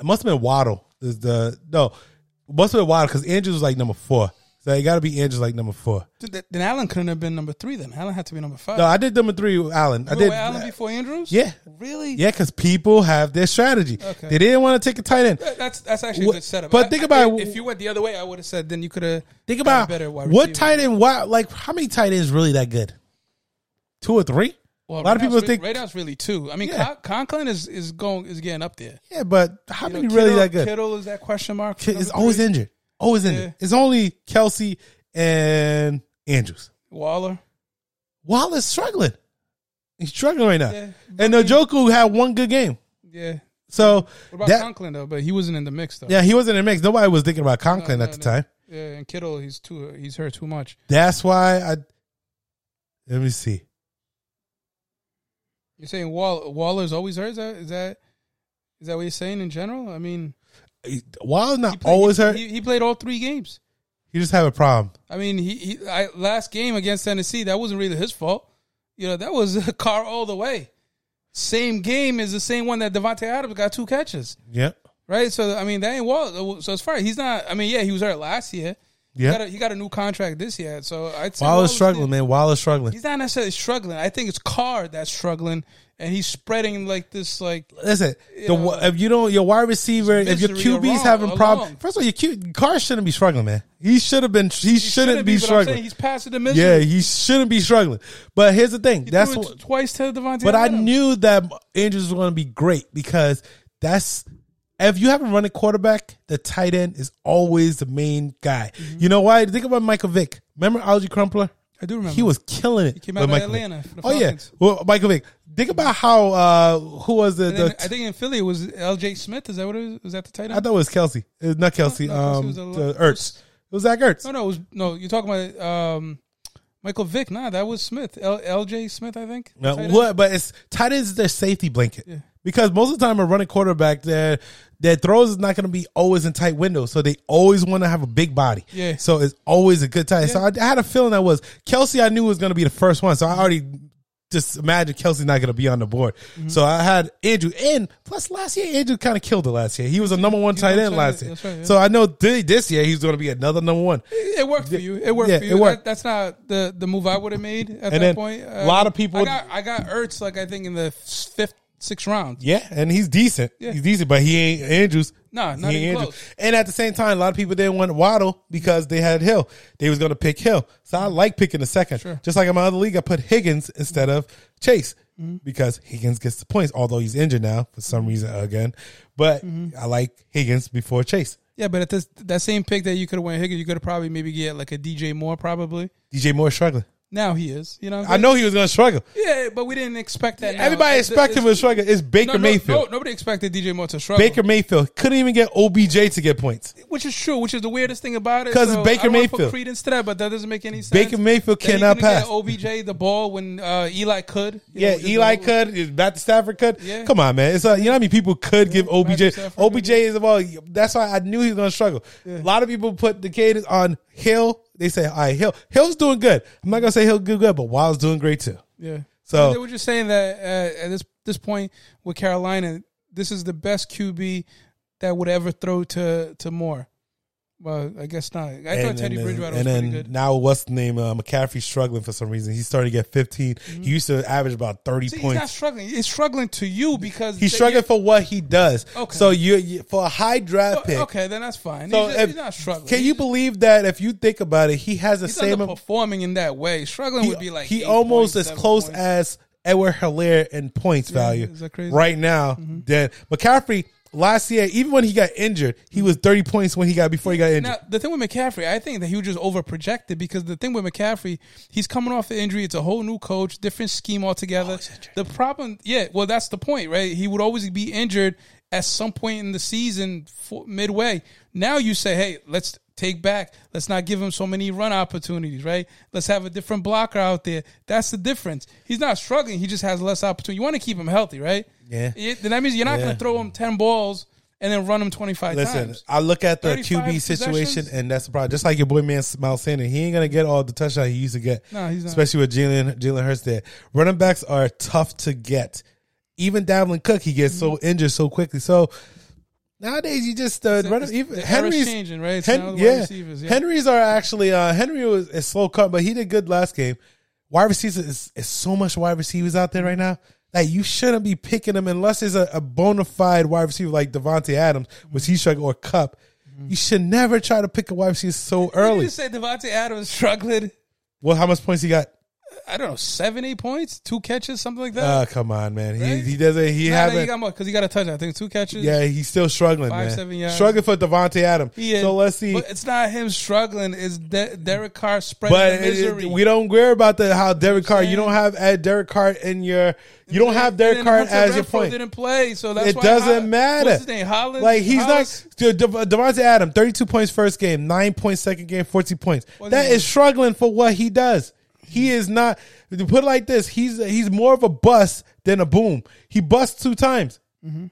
Speaker 1: it must have been Waddle. Is the no, it must have been Waddle because Andrews was like number four. So it got to be Andrews like number four.
Speaker 2: Dude, th- Then Allen couldn't have been number three. Then Allen had to be number five.
Speaker 1: No, I did number three with Allen. I
Speaker 2: Wait,
Speaker 1: did
Speaker 2: were Allen before Andrews?
Speaker 1: Yeah.
Speaker 2: Really?
Speaker 1: Yeah, because people have their strategy.
Speaker 2: Okay.
Speaker 1: They didn't want to take a tight end.
Speaker 2: That- That's that's actually
Speaker 1: What-
Speaker 2: a good setup.
Speaker 1: but
Speaker 2: I-
Speaker 1: think about-
Speaker 2: if you went the other way, I would have said then you could have
Speaker 1: Think about
Speaker 2: better wide
Speaker 1: what
Speaker 2: receiver.
Speaker 1: tight end. Why, like, how many tight ends really that good? Two or three?
Speaker 2: Well,
Speaker 1: a lot of
Speaker 2: right now
Speaker 1: people
Speaker 2: it's re-
Speaker 1: think.
Speaker 2: right now it's really two. I mean,
Speaker 1: Yeah.
Speaker 2: Con- Conklin is is going is getting up there.
Speaker 1: yeah, but how
Speaker 2: You
Speaker 1: many
Speaker 2: know,
Speaker 1: really
Speaker 2: Kittle-
Speaker 1: that good?
Speaker 2: Kittle is that question mark.
Speaker 1: Kid is
Speaker 2: number
Speaker 1: always
Speaker 2: three.
Speaker 1: injured. Always injured.
Speaker 2: Yeah.
Speaker 1: It's only Kelsey and Andrews.
Speaker 2: Waller.
Speaker 1: Wallace struggling. He's struggling right now.
Speaker 2: Yeah,
Speaker 1: and Njoku had one good game.
Speaker 2: Yeah.
Speaker 1: So
Speaker 2: What about
Speaker 1: that
Speaker 2: Conklin though? But he wasn't in the mix though.
Speaker 1: yeah, he wasn't in the mix. Nobody was thinking about Conklin
Speaker 2: No,
Speaker 1: at
Speaker 2: no,
Speaker 1: the
Speaker 2: no.
Speaker 1: time.
Speaker 2: Yeah, and Kittle he's too he's hurt too much.
Speaker 1: That's why I. Let me see.
Speaker 2: You're saying Wall, Waller's always hurt? Is that, is that is that what you're saying in general? I mean,
Speaker 1: Wallace
Speaker 2: he
Speaker 1: not
Speaker 2: played-
Speaker 1: always
Speaker 2: he,
Speaker 1: hurt.
Speaker 2: He, he played all three games.
Speaker 1: He just have a problem.
Speaker 2: I mean, he, he I, last game against Tennessee that wasn't really his fault. You know, that was a car all the way. Same game is the same one that Devontae Adams got two catches,
Speaker 1: Yep.
Speaker 2: right? So I mean, that ain't Wall. So as far he's not. I mean, yeah, he was hurt last year. He, got
Speaker 1: Yeah.
Speaker 2: a, he got a new contract this year, so I'd
Speaker 1: Wallace
Speaker 2: say Waller's-
Speaker 1: struggling, man. Wallace struggling.
Speaker 2: He's not necessarily struggling. I think it's Carr that's struggling, and he's spreading like this, like
Speaker 1: Listen, the,
Speaker 2: know,
Speaker 1: wi- if you don't, your wide receiver, if your
Speaker 2: misery
Speaker 1: QB's
Speaker 2: along-
Speaker 1: having problems,
Speaker 2: along.
Speaker 1: first of all, your Q, Carr shouldn't be struggling, man. He should have been. He, shouldn't, be,
Speaker 2: but I'm saying
Speaker 1: struggling.
Speaker 2: He's passing the misery.
Speaker 1: Yeah, he shouldn't be struggling. But here's the thing.
Speaker 2: That's
Speaker 1: that's what.
Speaker 2: twice to Devontae.
Speaker 1: But I
Speaker 2: Adams.
Speaker 1: knew that Andrews was going to be great because that's if you have a running quarterback, the tight end is always the main guy.
Speaker 2: Mm-hmm.
Speaker 1: You know why? Think about Michael Vick. Remember Algie Crumpler?
Speaker 2: I do remember.
Speaker 1: He was killing it. He
Speaker 2: came out of Atlanta for the
Speaker 1: oh yeah.
Speaker 2: Falcons.
Speaker 1: Well, Michael Vick. Think about how uh who was the,
Speaker 2: And then
Speaker 1: the
Speaker 2: I think in Philly it was L.J. Smith. Is that what it was? Was that the tight
Speaker 1: I
Speaker 2: end?
Speaker 1: thought it was Kelsey. It was not Kelsey.
Speaker 2: No, no, Kelsey
Speaker 1: um,
Speaker 2: was the-
Speaker 1: the Ertz. It was Zach Ertz.
Speaker 2: No, no, it was no. You're talking about um, Michael Vick. Nah, that was Smith. L- L.J. Smith, I think.
Speaker 1: No,
Speaker 2: tight end.
Speaker 1: what? But it's tight ends is their safety blanket because most of the time a running quarterback their their throws is not going to be always in tight windows, so they always want to have a big body.
Speaker 2: Yeah.
Speaker 1: So it's always a good tight. end. So I, I had a feeling that was Kelsey. I knew was going to be the first one, so I already just imagined Kelsey's not going to be on the board.
Speaker 2: Mm-hmm.
Speaker 1: So I had Andrew, and plus last year Andrew kind of killed it last year. He was a number one tight
Speaker 2: was
Speaker 1: end
Speaker 2: tight
Speaker 1: last
Speaker 2: end.
Speaker 1: year,
Speaker 2: That's right, yeah.
Speaker 1: so I know th- this year he's going to be another number one.
Speaker 2: It worked for you. It worked
Speaker 1: Yeah,
Speaker 2: for
Speaker 1: it
Speaker 2: you.
Speaker 1: worked.
Speaker 2: That, that's not the, the move I would have made at that
Speaker 1: then
Speaker 2: point. Um,
Speaker 1: a lot of people-
Speaker 2: I got, I got Ertz like I think in the fifth, sixth round.
Speaker 1: Yeah, and he's decent.
Speaker 2: Yeah.
Speaker 1: He's decent, but he ain't Andrews.
Speaker 2: Nah, not
Speaker 1: he
Speaker 2: even
Speaker 1: ain't
Speaker 2: close.
Speaker 1: And at the same time, a lot of people didn't want Waddle because they had Hill. They was gonna pick Hill. So I like picking the second. Just like in my other league, I put Higgins instead of Chase because Higgins gets the points, although he's injured now for some reason again. But I like Higgins before Chase.
Speaker 2: Yeah, but at this that same pick that you could have went Higgins, you could have probably maybe get like a DJ Moore probably.
Speaker 1: DJ Moore struggling.
Speaker 2: Now he is. You know. What
Speaker 1: I
Speaker 2: I'm
Speaker 1: know he was gonna struggle.
Speaker 2: saying? Yeah, but we didn't expect that. now.
Speaker 1: Everybody
Speaker 2: It's-
Speaker 1: expected
Speaker 2: it's-
Speaker 1: him to struggle. It's Baker
Speaker 2: No, no,
Speaker 1: Mayfield.
Speaker 2: no, nobody expected DJ Moore to struggle.
Speaker 1: Baker Mayfield couldn't even get OBJ to get points.
Speaker 2: which is true, which is the weirdest thing about it.
Speaker 1: 'Cause it's
Speaker 2: I
Speaker 1: Baker
Speaker 2: don't wanna
Speaker 1: Mayfield.
Speaker 2: Put credence to that, but that doesn't make any sense.
Speaker 1: Baker Mayfield
Speaker 2: That he
Speaker 1: cannot
Speaker 2: couldn't get
Speaker 1: pass.
Speaker 2: OBJ the ball when uh, Eli could. you know,
Speaker 1: Yeah,
Speaker 2: which is
Speaker 1: Eli
Speaker 2: the-
Speaker 1: could. Is Matt Stafford could.
Speaker 2: Yeah.
Speaker 1: Come on, man. It's a, you know how many people could give
Speaker 2: Matthew
Speaker 1: OBJ.
Speaker 2: Stafford
Speaker 1: OBJ is of all. That's why I knew he was going to struggle. A lot of people put the kid on Hill. They say, all right, Hill. Hill's doing good. I'm not going to say Hill good, good, but Wild's doing great too.
Speaker 2: Yeah.
Speaker 1: So
Speaker 2: They were just saying that uh, at this this point with Carolina, this is the best QB that would ever throw to to Moore. Well, I guess not. I thought Teddy
Speaker 1: then-
Speaker 2: Bridgewater was
Speaker 1: and
Speaker 2: pretty
Speaker 1: then
Speaker 2: good.
Speaker 1: now what's the name? Uh, McCaffrey's struggling for some reason. He's starting to get 15. He used to average about 30
Speaker 2: Mm-hmm. See, he's
Speaker 1: points.
Speaker 2: not struggling. He's struggling to you because
Speaker 1: He's
Speaker 2: that
Speaker 1: struggling for what he does.
Speaker 2: Okay.
Speaker 1: So you, you for a high
Speaker 2: you-
Speaker 1: draft pick.
Speaker 2: Okay, then that's fine.
Speaker 1: So
Speaker 2: he's,
Speaker 1: if-
Speaker 2: he's not struggling.
Speaker 1: Can you believe that if you think about it, he has the
Speaker 2: He's
Speaker 1: same
Speaker 2: underperforming in that way. Struggling
Speaker 1: he,
Speaker 2: would be like
Speaker 1: he
Speaker 2: eight
Speaker 1: almost
Speaker 2: points,
Speaker 1: as
Speaker 2: seven
Speaker 1: close
Speaker 2: points.
Speaker 1: as Edward Hilaire in points value
Speaker 2: is that crazy? Mm-hmm.
Speaker 1: right now. Then McCaffrey last year, even when he got injured, he was 30 points when he got before he got injured.
Speaker 2: Now the thing with McCaffrey, I think that he was just overprojected because the thing with McCaffrey, he's coming off the injury. It's a whole new coach, different scheme
Speaker 1: Oh,
Speaker 2: altogether. the problem, yeah, well, that's the point, right? He would always be injured at some point in the season, for, midway. Now you say, hey, let's take back. Let's not give him so many run opportunities, right? Let's have a different blocker out there. That's the difference. He's not struggling. He just has less opportunity. You want to keep him healthy, right?
Speaker 1: Yeah.
Speaker 2: then that means you're not
Speaker 1: Yeah.
Speaker 2: going to throw him ten balls. And then run him twenty five times.
Speaker 1: Listen, I look at the
Speaker 2: 35
Speaker 1: QB situation,
Speaker 2: possessions?
Speaker 1: and that's the problem. Just like your boy man Miles Sanders, he ain't gonna get all the touchdowns he used to get.
Speaker 2: No, he's not.
Speaker 1: Especially with Jalen Jalen Hurts there. Running backs are tough to get. Even Davlin Cook, he gets
Speaker 2: Mm-hmm.
Speaker 1: so injured so quickly. So nowadays, you just uh,
Speaker 2: It's-
Speaker 1: run,
Speaker 2: it's-
Speaker 1: even
Speaker 2: the era's
Speaker 1: Henry's
Speaker 2: changing, right? It's
Speaker 1: Hen-
Speaker 2: now the wide
Speaker 1: yeah,
Speaker 2: receivers, yeah.
Speaker 1: Henry's are actually uh, Henry was a slow cut, but he did good last game. Wide receivers is, is so much wide receivers out there right now that you shouldn't be picking them unless there's a, a bona fide wide receiver like Devontae Adams, was he struggling or Cup.
Speaker 2: Mm-hmm.
Speaker 1: You should never try to pick a wide receiver so
Speaker 2: Did
Speaker 1: early.
Speaker 2: you say Devontae Adams struggling?
Speaker 1: Well, how much points he got?
Speaker 2: I don't know, seven, eight points, two catches, something like that.
Speaker 1: Uh, come on, man.
Speaker 2: Right?
Speaker 1: He he doesn't. He
Speaker 2: Nah, nah, he
Speaker 1: haven't.
Speaker 2: got more because he got a touchdown. I think two catches.
Speaker 1: Yeah, he's still struggling,
Speaker 2: Five,
Speaker 1: man.
Speaker 2: seven yards.
Speaker 1: Struggling for Devontae Adams.
Speaker 2: He is-
Speaker 1: So let's see.
Speaker 2: But it's not him struggling. It's De- Derek Carr spreading
Speaker 1: But
Speaker 2: the
Speaker 1: it- it-
Speaker 2: misery.
Speaker 1: we don't worry about the how Derek Carr. You
Speaker 2: saying?
Speaker 1: don't have at Derek Carr in your. You don't have Derek
Speaker 2: And
Speaker 1: Carr
Speaker 2: Hunter
Speaker 1: as your
Speaker 2: Renfrow
Speaker 1: point.
Speaker 2: Didn't play, so that's
Speaker 1: It
Speaker 2: why
Speaker 1: doesn't
Speaker 2: Holl-
Speaker 1: matter.
Speaker 2: What's his name? Holland.
Speaker 1: Like he's
Speaker 2: Hollis?
Speaker 1: not De- De- Devontae Adams, thirty-two points first game, nine points second game, fourteen points. That is struggling for what he does. He is not. To put it like this, he's he's more of a bust than a boom. He busts two times.
Speaker 2: Mm-hmm.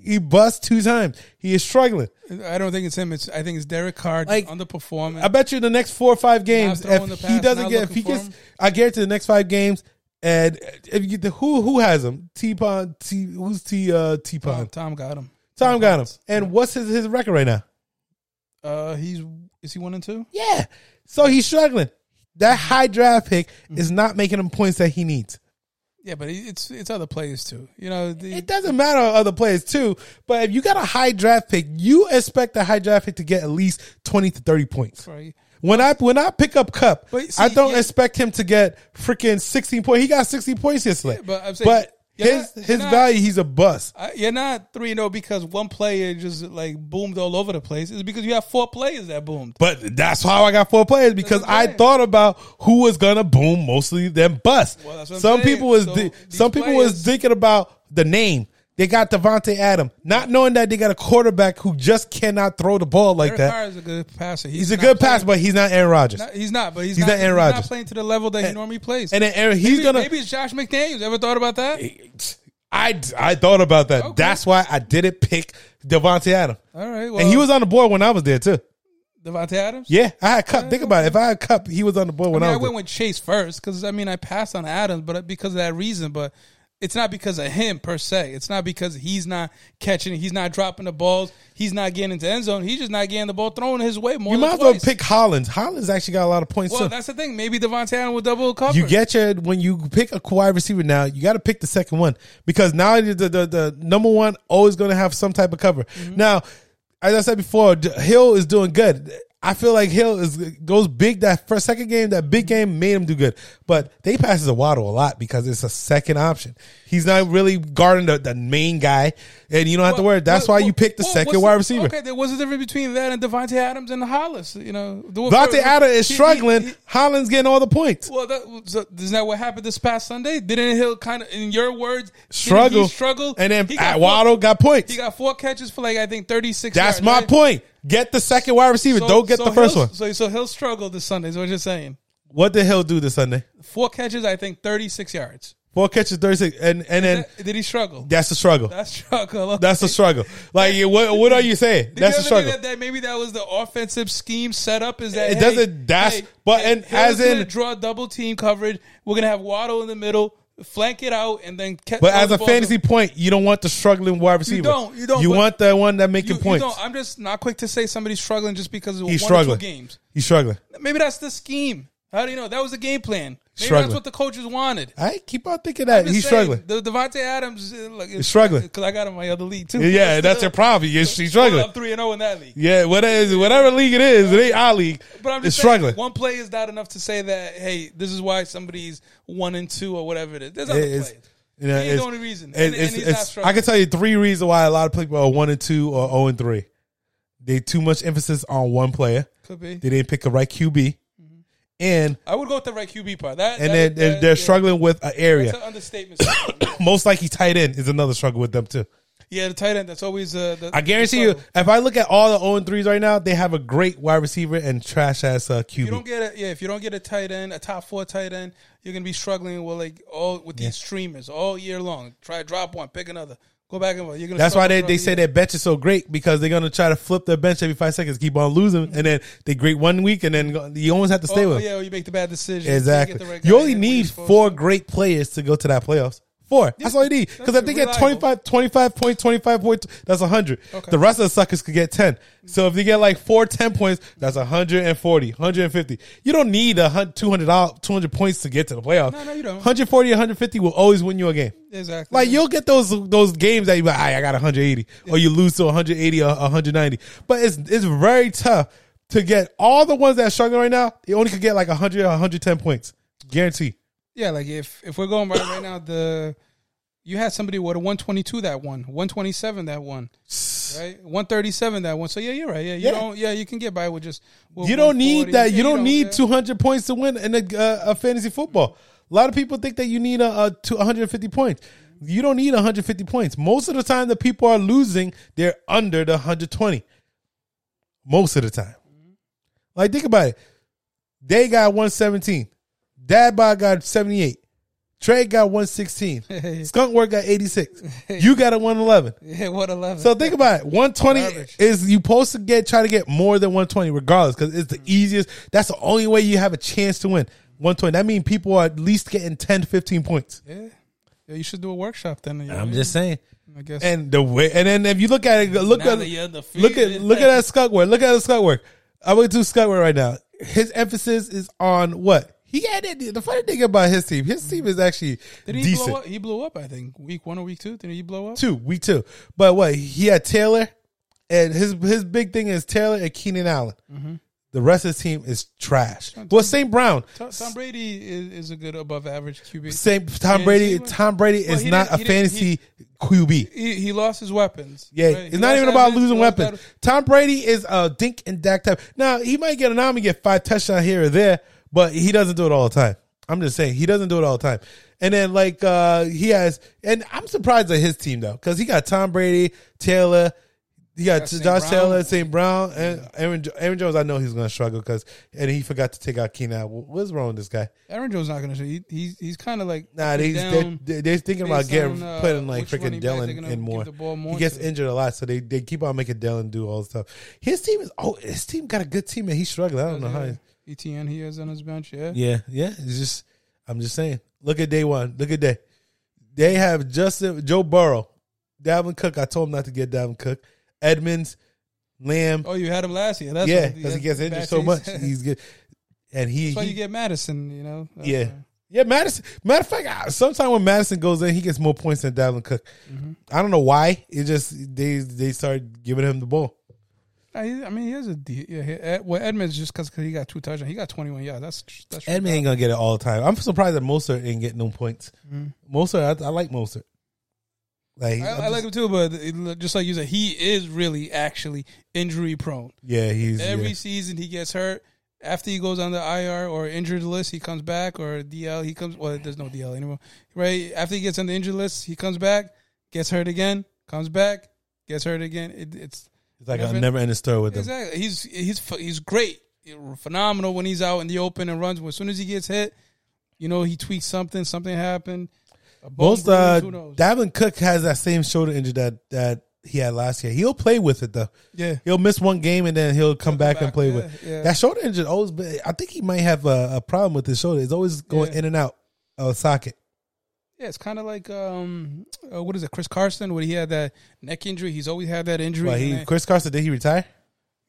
Speaker 1: He busts two times. He is struggling.
Speaker 2: I don't think it's him. It's I think it's Derek Carr
Speaker 1: Like-
Speaker 2: like, underperforming.
Speaker 1: I bet you the next four or five games,
Speaker 2: throwing
Speaker 1: if
Speaker 2: the
Speaker 1: he
Speaker 2: pass,
Speaker 1: doesn't
Speaker 2: not
Speaker 1: get, if he
Speaker 2: looking for
Speaker 1: gets,
Speaker 2: him.
Speaker 1: I guarantee the next five games, and if you, the, who who has him? T Pon, T who's T uh, T
Speaker 2: Tom,
Speaker 1: Pon?
Speaker 2: Tom got him.
Speaker 1: Tom got him. And what's his his record right now?
Speaker 2: Uh, he's is he one and two?
Speaker 1: Yeah, so he's struggling. That high draft pick is not making him points that he needs.
Speaker 2: Yeah, but he, it's it's other players too. You know, the,
Speaker 1: It doesn't matter on other players too, but if you got a high draft pick, you expect the high draft pick to get at least twenty to thirty points.
Speaker 2: sorry.
Speaker 1: When I when I pick up Cup,
Speaker 2: But see,
Speaker 1: I don't
Speaker 2: yeah.
Speaker 1: expect him to get freaking sixteen points. He got sixteen points yesterday.
Speaker 2: but I'm saying-
Speaker 1: but
Speaker 2: you're
Speaker 1: his
Speaker 2: not- you're
Speaker 1: his
Speaker 2: not-
Speaker 1: value, he's a bust.
Speaker 2: I, you're not three and zero because one player just like boomed all over the place. It's because you have four players that boomed.
Speaker 1: But that's how I got four players because
Speaker 2: what I'm
Speaker 1: I
Speaker 2: saying.
Speaker 1: thought about who was gonna boom mostly then bust.
Speaker 2: Well, that's what I'm
Speaker 1: some
Speaker 2: saying.
Speaker 1: people was
Speaker 2: So
Speaker 1: thi-
Speaker 2: these
Speaker 1: some people was
Speaker 2: players-
Speaker 1: thinking about the name. They got Devonte Adam, not knowing that they got a quarterback who just cannot throw the ball like
Speaker 2: Derek
Speaker 1: that.
Speaker 2: Carr is a good passer.
Speaker 1: he's a
Speaker 2: not
Speaker 1: good
Speaker 2: playing-
Speaker 1: passer, but he's not Aaron Rodgers.
Speaker 2: not- he's not, but he's,
Speaker 1: He's
Speaker 2: not,
Speaker 1: not Aaron
Speaker 2: he's
Speaker 1: Rodgers.
Speaker 2: not playing to the level that he normally plays.
Speaker 1: and then Aaron, he's
Speaker 2: maybe,
Speaker 1: gonna
Speaker 2: maybe it's Josh McDaniels. Ever thought about that?
Speaker 1: I, I thought about that.
Speaker 2: Okay.
Speaker 1: That's why I didn't pick Devontae Adams.
Speaker 2: All right, well,
Speaker 1: And he was on the board when I was there too.
Speaker 2: Devontae Adams.
Speaker 1: Yeah, I had Cup. Think about it. If I had Cup, he was on the board
Speaker 2: I,
Speaker 1: when
Speaker 2: mean,
Speaker 1: I,
Speaker 2: I
Speaker 1: was.
Speaker 2: went with Chase first because I mean I passed on Adams, but uh, because of that reason, but. It's not because of him per se. It's not because he's not catching, he's not dropping the balls, he's not getting into end zone. He's just not getting the ball thrown his way
Speaker 1: there.
Speaker 2: more
Speaker 1: You
Speaker 2: than
Speaker 1: might as well
Speaker 2: twice.
Speaker 1: pick Hollins. Hollins actually got a lot of points
Speaker 2: Well,
Speaker 1: too.
Speaker 2: that's the thing. Maybe Devontae Allen will double cover.
Speaker 1: You get your when you pick a wide receiver now, you got to pick the second one because now the the, the, the number one always going to have some type of cover.
Speaker 2: Mm-hmm.
Speaker 1: Now, as I said before, D- Hill is doing good. I feel like Hill is goes big that first second game. That big game made him do good, but they passes a Waddle a lot because it's a second option. He's not really guarding the, the main guy, and you don't have to worry. That's
Speaker 2: Well,
Speaker 1: why you pick the
Speaker 2: well,
Speaker 1: second
Speaker 2: what's
Speaker 1: wide receiver.
Speaker 2: Okay, there was a difference between that and Devontae Adams and Hollis. You know, The-
Speaker 1: Devontae Adams is
Speaker 2: he- he-
Speaker 1: struggling.
Speaker 2: he-
Speaker 1: Holland's getting all the points.
Speaker 2: well, that, so, isn't that what happened this past Sunday? Didn't Hill kind of, in your words, didn't he
Speaker 1: Struggle,
Speaker 2: struggle,
Speaker 1: and then
Speaker 2: He got
Speaker 1: at
Speaker 2: four-
Speaker 1: Waddle got points.
Speaker 2: He got four catches for like I think thirty six.
Speaker 1: That's my point. Get the second wide receiver. Don't get the first one.
Speaker 2: So, so Hill struggled this Sunday. Is what you're saying?
Speaker 1: What the hell do this Sunday?
Speaker 2: Four catches, I think thirty six yards.
Speaker 1: Four catches, thirty six, and and then
Speaker 2: Did he struggle?
Speaker 1: that's a struggle.
Speaker 2: That's struggle. Okay.
Speaker 1: That's a struggle. Like you- what? What are you saying?
Speaker 2: Did
Speaker 1: That's a
Speaker 2: you ever think
Speaker 1: struggle.
Speaker 2: That, that maybe that was the offensive scheme set up. Is that
Speaker 1: It
Speaker 2: hey,
Speaker 1: doesn't- that's- but- and as
Speaker 2: Hill's
Speaker 1: in-
Speaker 2: gonna draw double team coverage. We're gonna have Waddle in the middle. flank it out, and then catch.
Speaker 1: But
Speaker 2: all
Speaker 1: as
Speaker 2: the
Speaker 1: a
Speaker 2: balls-
Speaker 1: fantasy point, you don't want the struggling wide receiver.
Speaker 2: don't, you don't,
Speaker 1: You
Speaker 2: but-
Speaker 1: want the one that make
Speaker 2: you,
Speaker 1: your
Speaker 2: you
Speaker 1: points.
Speaker 2: don't. I'm just not quick to say somebody's struggling just because of
Speaker 1: He's
Speaker 2: one or
Speaker 1: struggling.
Speaker 2: two games.
Speaker 1: He's struggling.
Speaker 2: Maybe that's the scheme. How do you know? That was the game plan. Maybe
Speaker 1: Struggling.
Speaker 2: that's what the coaches wanted.
Speaker 1: I keep on thinking that
Speaker 2: Just
Speaker 1: he's
Speaker 2: saying,
Speaker 1: struggling.
Speaker 2: The Devontae Adams, uh, look, he's
Speaker 1: struggling.
Speaker 2: because I got him in my other league too.
Speaker 1: Yeah, that's your problem. Yeah, He's
Speaker 2: Well,
Speaker 1: struggling.
Speaker 2: I'm three and zero in that league.
Speaker 1: Yeah, whatever, whatever league it is, it ain't our league.
Speaker 2: But I'm
Speaker 1: it's
Speaker 2: just saying,
Speaker 1: struggling.
Speaker 2: One play is not enough to say that. Hey, this is why somebody's one and two or whatever it is. There's other
Speaker 1: It's-
Speaker 2: plays.
Speaker 1: you know,
Speaker 2: He's the
Speaker 1: it's-
Speaker 2: only reason.
Speaker 1: it-
Speaker 2: And- and
Speaker 1: it's-
Speaker 2: he's
Speaker 1: it's-
Speaker 2: not struggling.
Speaker 1: I can tell you three reasons why a lot of people are one and two or zero and three. They too much emphasis on one player.
Speaker 2: Could be.
Speaker 1: They didn't pick the right QB, and
Speaker 2: I would go with the right QB part. Mm-hmm. That
Speaker 1: and
Speaker 2: that-
Speaker 1: then they're,
Speaker 2: that-
Speaker 1: they're
Speaker 2: yeah.
Speaker 1: struggling with an
Speaker 2: That's
Speaker 1: area.
Speaker 2: an understatement. sometimes.
Speaker 1: Most likely, tight end is another struggle with them too.
Speaker 2: yeah, the tight end. That's always. Uh, the,
Speaker 1: I guarantee you, if I look at all the 0 and 3s right now, they have a great wide receiver and trash ass uh, QB.
Speaker 2: you don't get a yeah. If you don't get a tight end, a top four tight end, you're gonna be struggling with like all with these streamers all year long. Try drop one, pick another, go back and forth. You're gonna.
Speaker 1: That's why they,
Speaker 2: struggle
Speaker 1: they
Speaker 2: throughout
Speaker 1: say their bench is so great because they're gonna try to flip their bench every five seconds, keep on losing, and then they great one week, and then go- you almost have to
Speaker 2: the
Speaker 1: stay
Speaker 2: year.
Speaker 1: with
Speaker 2: Oh,
Speaker 1: them.
Speaker 2: yeah, or you make the bad decision.
Speaker 1: Exactly. You only need four great players to go to that playoffs. Four. That's all you need. Because if
Speaker 2: that's
Speaker 1: they get
Speaker 2: reliable.
Speaker 1: 25, 25 points, 25 points, that's 100.
Speaker 2: Okay.
Speaker 1: The rest of the suckers could get 10. So if they get like four 10 points, that's 140, 150. You don't need a hun- 200, doll- 200 points to get to the playoffs.
Speaker 2: No, no, you don't.
Speaker 1: 140, 150 will always win you a game.
Speaker 2: Exactly.
Speaker 1: Like you'll get those those games that you like, "Aight, I got 180, or you lose to 180 or 190. But it's it's very tough to get all the ones that are struggling right now. You only could get like 100 or 110 points, guarantee.
Speaker 2: Yeah, like if if we're going right right now, the you had somebody with a one twenty two that one, one twenty seven that one, right, one thirty seven that one. So yeah, you're right. Yeah, you
Speaker 1: Yeah.
Speaker 2: don't. Yeah, you can get by with just with
Speaker 1: You don't need
Speaker 2: 140.
Speaker 1: that.
Speaker 2: Yeah,
Speaker 1: You don't
Speaker 2: yeah.
Speaker 1: need 200 points to win in a, uh, a fantasy football. A lot of people think that you need a, a two- 150 points. You don't need 150 points. Most of the time, the people are losing. They're under the 120. Most of the time. Like think about it. They got 117. Dad bod got 78. Trey got 116. Skunk work got 86. You got a 111.
Speaker 2: Yeah, what eleven.
Speaker 1: So think about it. 120
Speaker 2: Garbage.
Speaker 1: is you supposed to get try to get more than 120 regardless because it's the easiest. That's the only way you have a chance to win. 120. That means people are at least getting 10, 15 points.
Speaker 2: yeah. yeah, you should do a workshop then. you know,
Speaker 1: I'm just saying.
Speaker 2: I guess.
Speaker 1: And the way, and then if you look at it, look
Speaker 2: Now
Speaker 1: at
Speaker 2: that you're defeated.
Speaker 1: look at look at that skunk work. Look at the skunk work. I'm gonna do skunk work right now. His emphasis is on what he had. It. The funny thing about his team, his team is actually
Speaker 2: Did he
Speaker 1: decent.
Speaker 2: blow up? He blew up. I think week one or week two. Did he blow up?
Speaker 1: two, week two. But what he had Taylor, and his his big thing is Taylor and Keenan Allen.
Speaker 2: Mm-hmm.
Speaker 1: The rest of his team is trash. Well, St. Brown,
Speaker 2: Tom, Tom Brady is, is a good above average QB.
Speaker 1: St. Tom Brady. Tom Brady
Speaker 2: Well,
Speaker 1: is
Speaker 2: he
Speaker 1: not
Speaker 2: didn't-
Speaker 1: a
Speaker 2: he didn't-
Speaker 1: fantasy QB.
Speaker 2: He, he lost his weapons.
Speaker 1: Yeah,
Speaker 2: right?
Speaker 1: it's
Speaker 2: He
Speaker 1: not
Speaker 2: lost
Speaker 1: even about
Speaker 2: Evans,
Speaker 1: losing
Speaker 2: lost
Speaker 1: weapons.
Speaker 2: that-
Speaker 1: Tom Brady is a dink and dack type. Now he might get an arm and get five touchdowns here or there, but he doesn't do it all the time. I'm just saying he doesn't do it all the time. And then like uh he has, and I'm surprised at his team though because he got Tom Brady, Taylor, he got
Speaker 2: St.
Speaker 1: Josh
Speaker 2: Brown.
Speaker 1: Taylor, St. Brown, and Aaron Jo- Aaron Jones. I know he's going to struggle because and he forgot to take out Keenan. Wh- What's wrong with this guy?
Speaker 2: Aaron Jones not gonna shoot. He, he's he's kind of like
Speaker 1: Nah, they, they're,
Speaker 2: down.
Speaker 1: they're they're thinking about
Speaker 2: based
Speaker 1: getting
Speaker 2: on, uh,
Speaker 1: putting like
Speaker 2: which
Speaker 1: freaking
Speaker 2: running back they're
Speaker 1: Dylan and
Speaker 2: gonna give
Speaker 1: more.
Speaker 2: the ball more
Speaker 1: He gets
Speaker 2: to.
Speaker 1: injured a lot, so they, they keep on making Dylan do all the stuff. His team is oh, his team got a good team and he's struggling. I don't know how. he-
Speaker 2: ETN he has on his bench. Yeah,
Speaker 1: Yeah, yeah. It's just I'm just saying. Look at day one. Look at day. They have Justin Joe Burrow, Dalvin Cook. I told him not to get Dalvin Cook, Edmonds, Lamb.
Speaker 2: Oh, you had him last year. That's
Speaker 1: yeah,
Speaker 2: what-
Speaker 1: because he
Speaker 2: that's
Speaker 1: gets
Speaker 2: the
Speaker 1: injured
Speaker 2: bad
Speaker 1: so
Speaker 2: taste.
Speaker 1: much.
Speaker 2: That's
Speaker 1: He's good, and he
Speaker 2: why
Speaker 1: he-
Speaker 2: you get Madison. You know. That's
Speaker 1: yeah.
Speaker 2: why.
Speaker 1: Yeah, Madison. Matter of fact, I- sometime when Madison goes in, he gets more points than Dalvin Cook.
Speaker 2: Mm-hmm.
Speaker 1: I don't know why. It just they they started giving him the ball.
Speaker 2: Nah, he- I mean, he has a D. Yeah, he, Ed, well, Edmonds just because he got two touchdowns, he got twenty one yards. That's that's
Speaker 1: Edmund ain't gonna get it all the time. I'm surprised that Mostert ain't getting no points. Mostert, I, I like Mostert. Like,
Speaker 2: Hmm. I,
Speaker 1: I'm
Speaker 2: I
Speaker 1: just-
Speaker 2: like him too, but it, just like you said, he is really actually injury prone.
Speaker 1: yeah, he's
Speaker 2: Every
Speaker 1: yeah.
Speaker 2: season he gets hurt. After he goes on the IR or injured list, he comes back or DL. He comes. Well, there's no DL anymore, right? After he gets on the injured list, he comes back, gets hurt again, comes back, gets hurt again. It, it's
Speaker 1: It's like
Speaker 2: never-
Speaker 1: a never ending story with him.
Speaker 2: exactly. He's he's ph- he's great, phenomenal when he's out in the open and runs. As soon as he gets hit, you know he tweaks something. Something happened. A bone
Speaker 1: Most
Speaker 2: bruise,
Speaker 1: uh,
Speaker 2: who knows?
Speaker 1: Dalvin Cook has that same shoulder injury that that he had last year. He'll play with it though.
Speaker 2: yeah.
Speaker 1: He'll miss one game and then he'll come back,
Speaker 2: back,
Speaker 1: and play
Speaker 2: yeah,
Speaker 1: with
Speaker 2: yeah.
Speaker 1: that shoulder injury. Always, been- I think he might have a, a problem with his shoulder. It's always going
Speaker 2: Yeah.
Speaker 1: in and out of socket.
Speaker 2: Yeah, it's kind of like um, uh, what is it? Chris Carson, when he had that neck injury, he's always had that injury.
Speaker 1: But
Speaker 2: and
Speaker 1: he
Speaker 2: that-
Speaker 1: Chris Carson did he retire?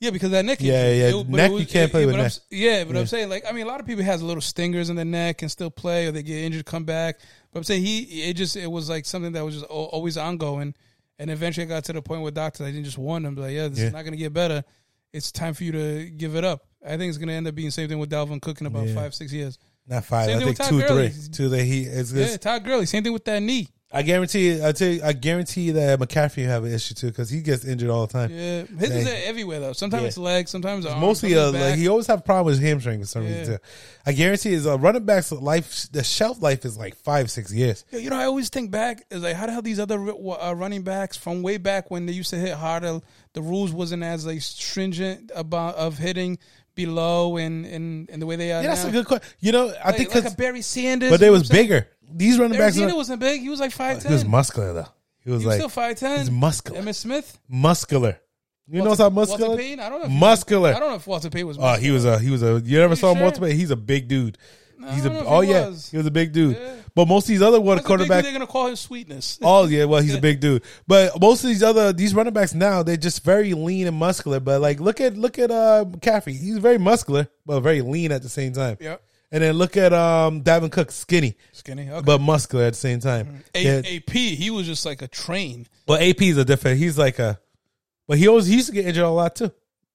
Speaker 2: yeah, because that neck.
Speaker 1: Yeah,
Speaker 2: injury.
Speaker 1: yeah,
Speaker 2: but
Speaker 1: neck, you can't play
Speaker 2: yeah,
Speaker 1: with
Speaker 2: but I'm
Speaker 1: neck.
Speaker 2: s- yeah, but I'm saying like I mean, a lot of people has little stingers in their neck and still play, or they get injured, come back. But I'm saying he, it just it was like something that was just al- always ongoing, and eventually it got to the point where doctors I didn't just warn them like, yeah, this
Speaker 1: Yeah.
Speaker 2: is not going to get better. It's time for you to give it up. I think it's going to end up being the same thing with Dalvin Cook in about
Speaker 1: Yeah.
Speaker 2: five, six years.
Speaker 1: Not five.
Speaker 2: Same
Speaker 1: I
Speaker 2: thing
Speaker 1: think
Speaker 2: with
Speaker 1: two,
Speaker 2: Todd
Speaker 1: three.
Speaker 2: Gurley.
Speaker 1: Two that he is.
Speaker 2: Yeah, Todd Gurley, same thing with that knee.
Speaker 1: I guarantee. I tell you, I guarantee that McCaffrey have an issue too because he gets injured all the time.
Speaker 2: Yeah, his is
Speaker 1: Dang.
Speaker 2: everywhere though. Sometimes
Speaker 1: Yeah.
Speaker 2: it's legs, sometimes arms,
Speaker 1: Mostly, uh,
Speaker 2: sometimes back.
Speaker 1: like he always have problems with hamstring for some reason.
Speaker 2: Yeah.
Speaker 1: Too. I guarantee his uh, running backs life, the shelf life is like five, six years.
Speaker 2: Yo, you know, I always think back is like how the hell these other uh, running backs from way back when they used to hit harder, the rules wasn't as like stringent about of hitting below and and, and the way they are.
Speaker 1: Yeah, that's
Speaker 2: now.
Speaker 1: a good question. You know, I
Speaker 2: Like,
Speaker 1: think
Speaker 2: like
Speaker 1: 'cause-
Speaker 2: a Barry Sanders,
Speaker 1: but they
Speaker 2: you know
Speaker 1: was
Speaker 2: what I'm saying?
Speaker 1: bigger. These running
Speaker 2: Barry
Speaker 1: backs,
Speaker 2: Sanders
Speaker 1: are-
Speaker 2: wasn't big. He was like five ten.
Speaker 1: he was muscular though. He was
Speaker 2: He was
Speaker 1: like
Speaker 2: still five
Speaker 1: he's
Speaker 2: ten.
Speaker 1: muscular,
Speaker 2: Emmett Smith.
Speaker 1: muscular. You know
Speaker 2: Walter-
Speaker 1: what's how muscular?
Speaker 2: Walter Payton? I don't know if he-
Speaker 1: muscular.
Speaker 2: I don't know if Walter Payton was.
Speaker 1: Oh, he was a he was a. You ever saw him
Speaker 2: sure?
Speaker 1: multiple? He's a big dude. He's
Speaker 2: I don't know
Speaker 1: a
Speaker 2: if
Speaker 1: oh
Speaker 2: he
Speaker 1: yeah,
Speaker 2: was.
Speaker 1: he was a big dude.
Speaker 2: Yeah.
Speaker 1: But most of these other one
Speaker 2: That's the big dude
Speaker 1: quarterback.
Speaker 2: They're gonna call him sweetness.
Speaker 1: Oh yeah, well he's a big dude. But most of these other these running backs now they're just very lean and muscular. But like look at look at uh McCaffrey. He's very muscular but very lean at the same time.
Speaker 2: Yep.
Speaker 1: And then look at um Davin Cook, skinny
Speaker 2: Skinny. Okay.
Speaker 1: but muscular at the same time.
Speaker 2: Mm-hmm. A-
Speaker 1: Yeah.
Speaker 2: AP, he was just like a train.
Speaker 1: Well, AP is a different. He's like a, but he always he used to get injured a lot too.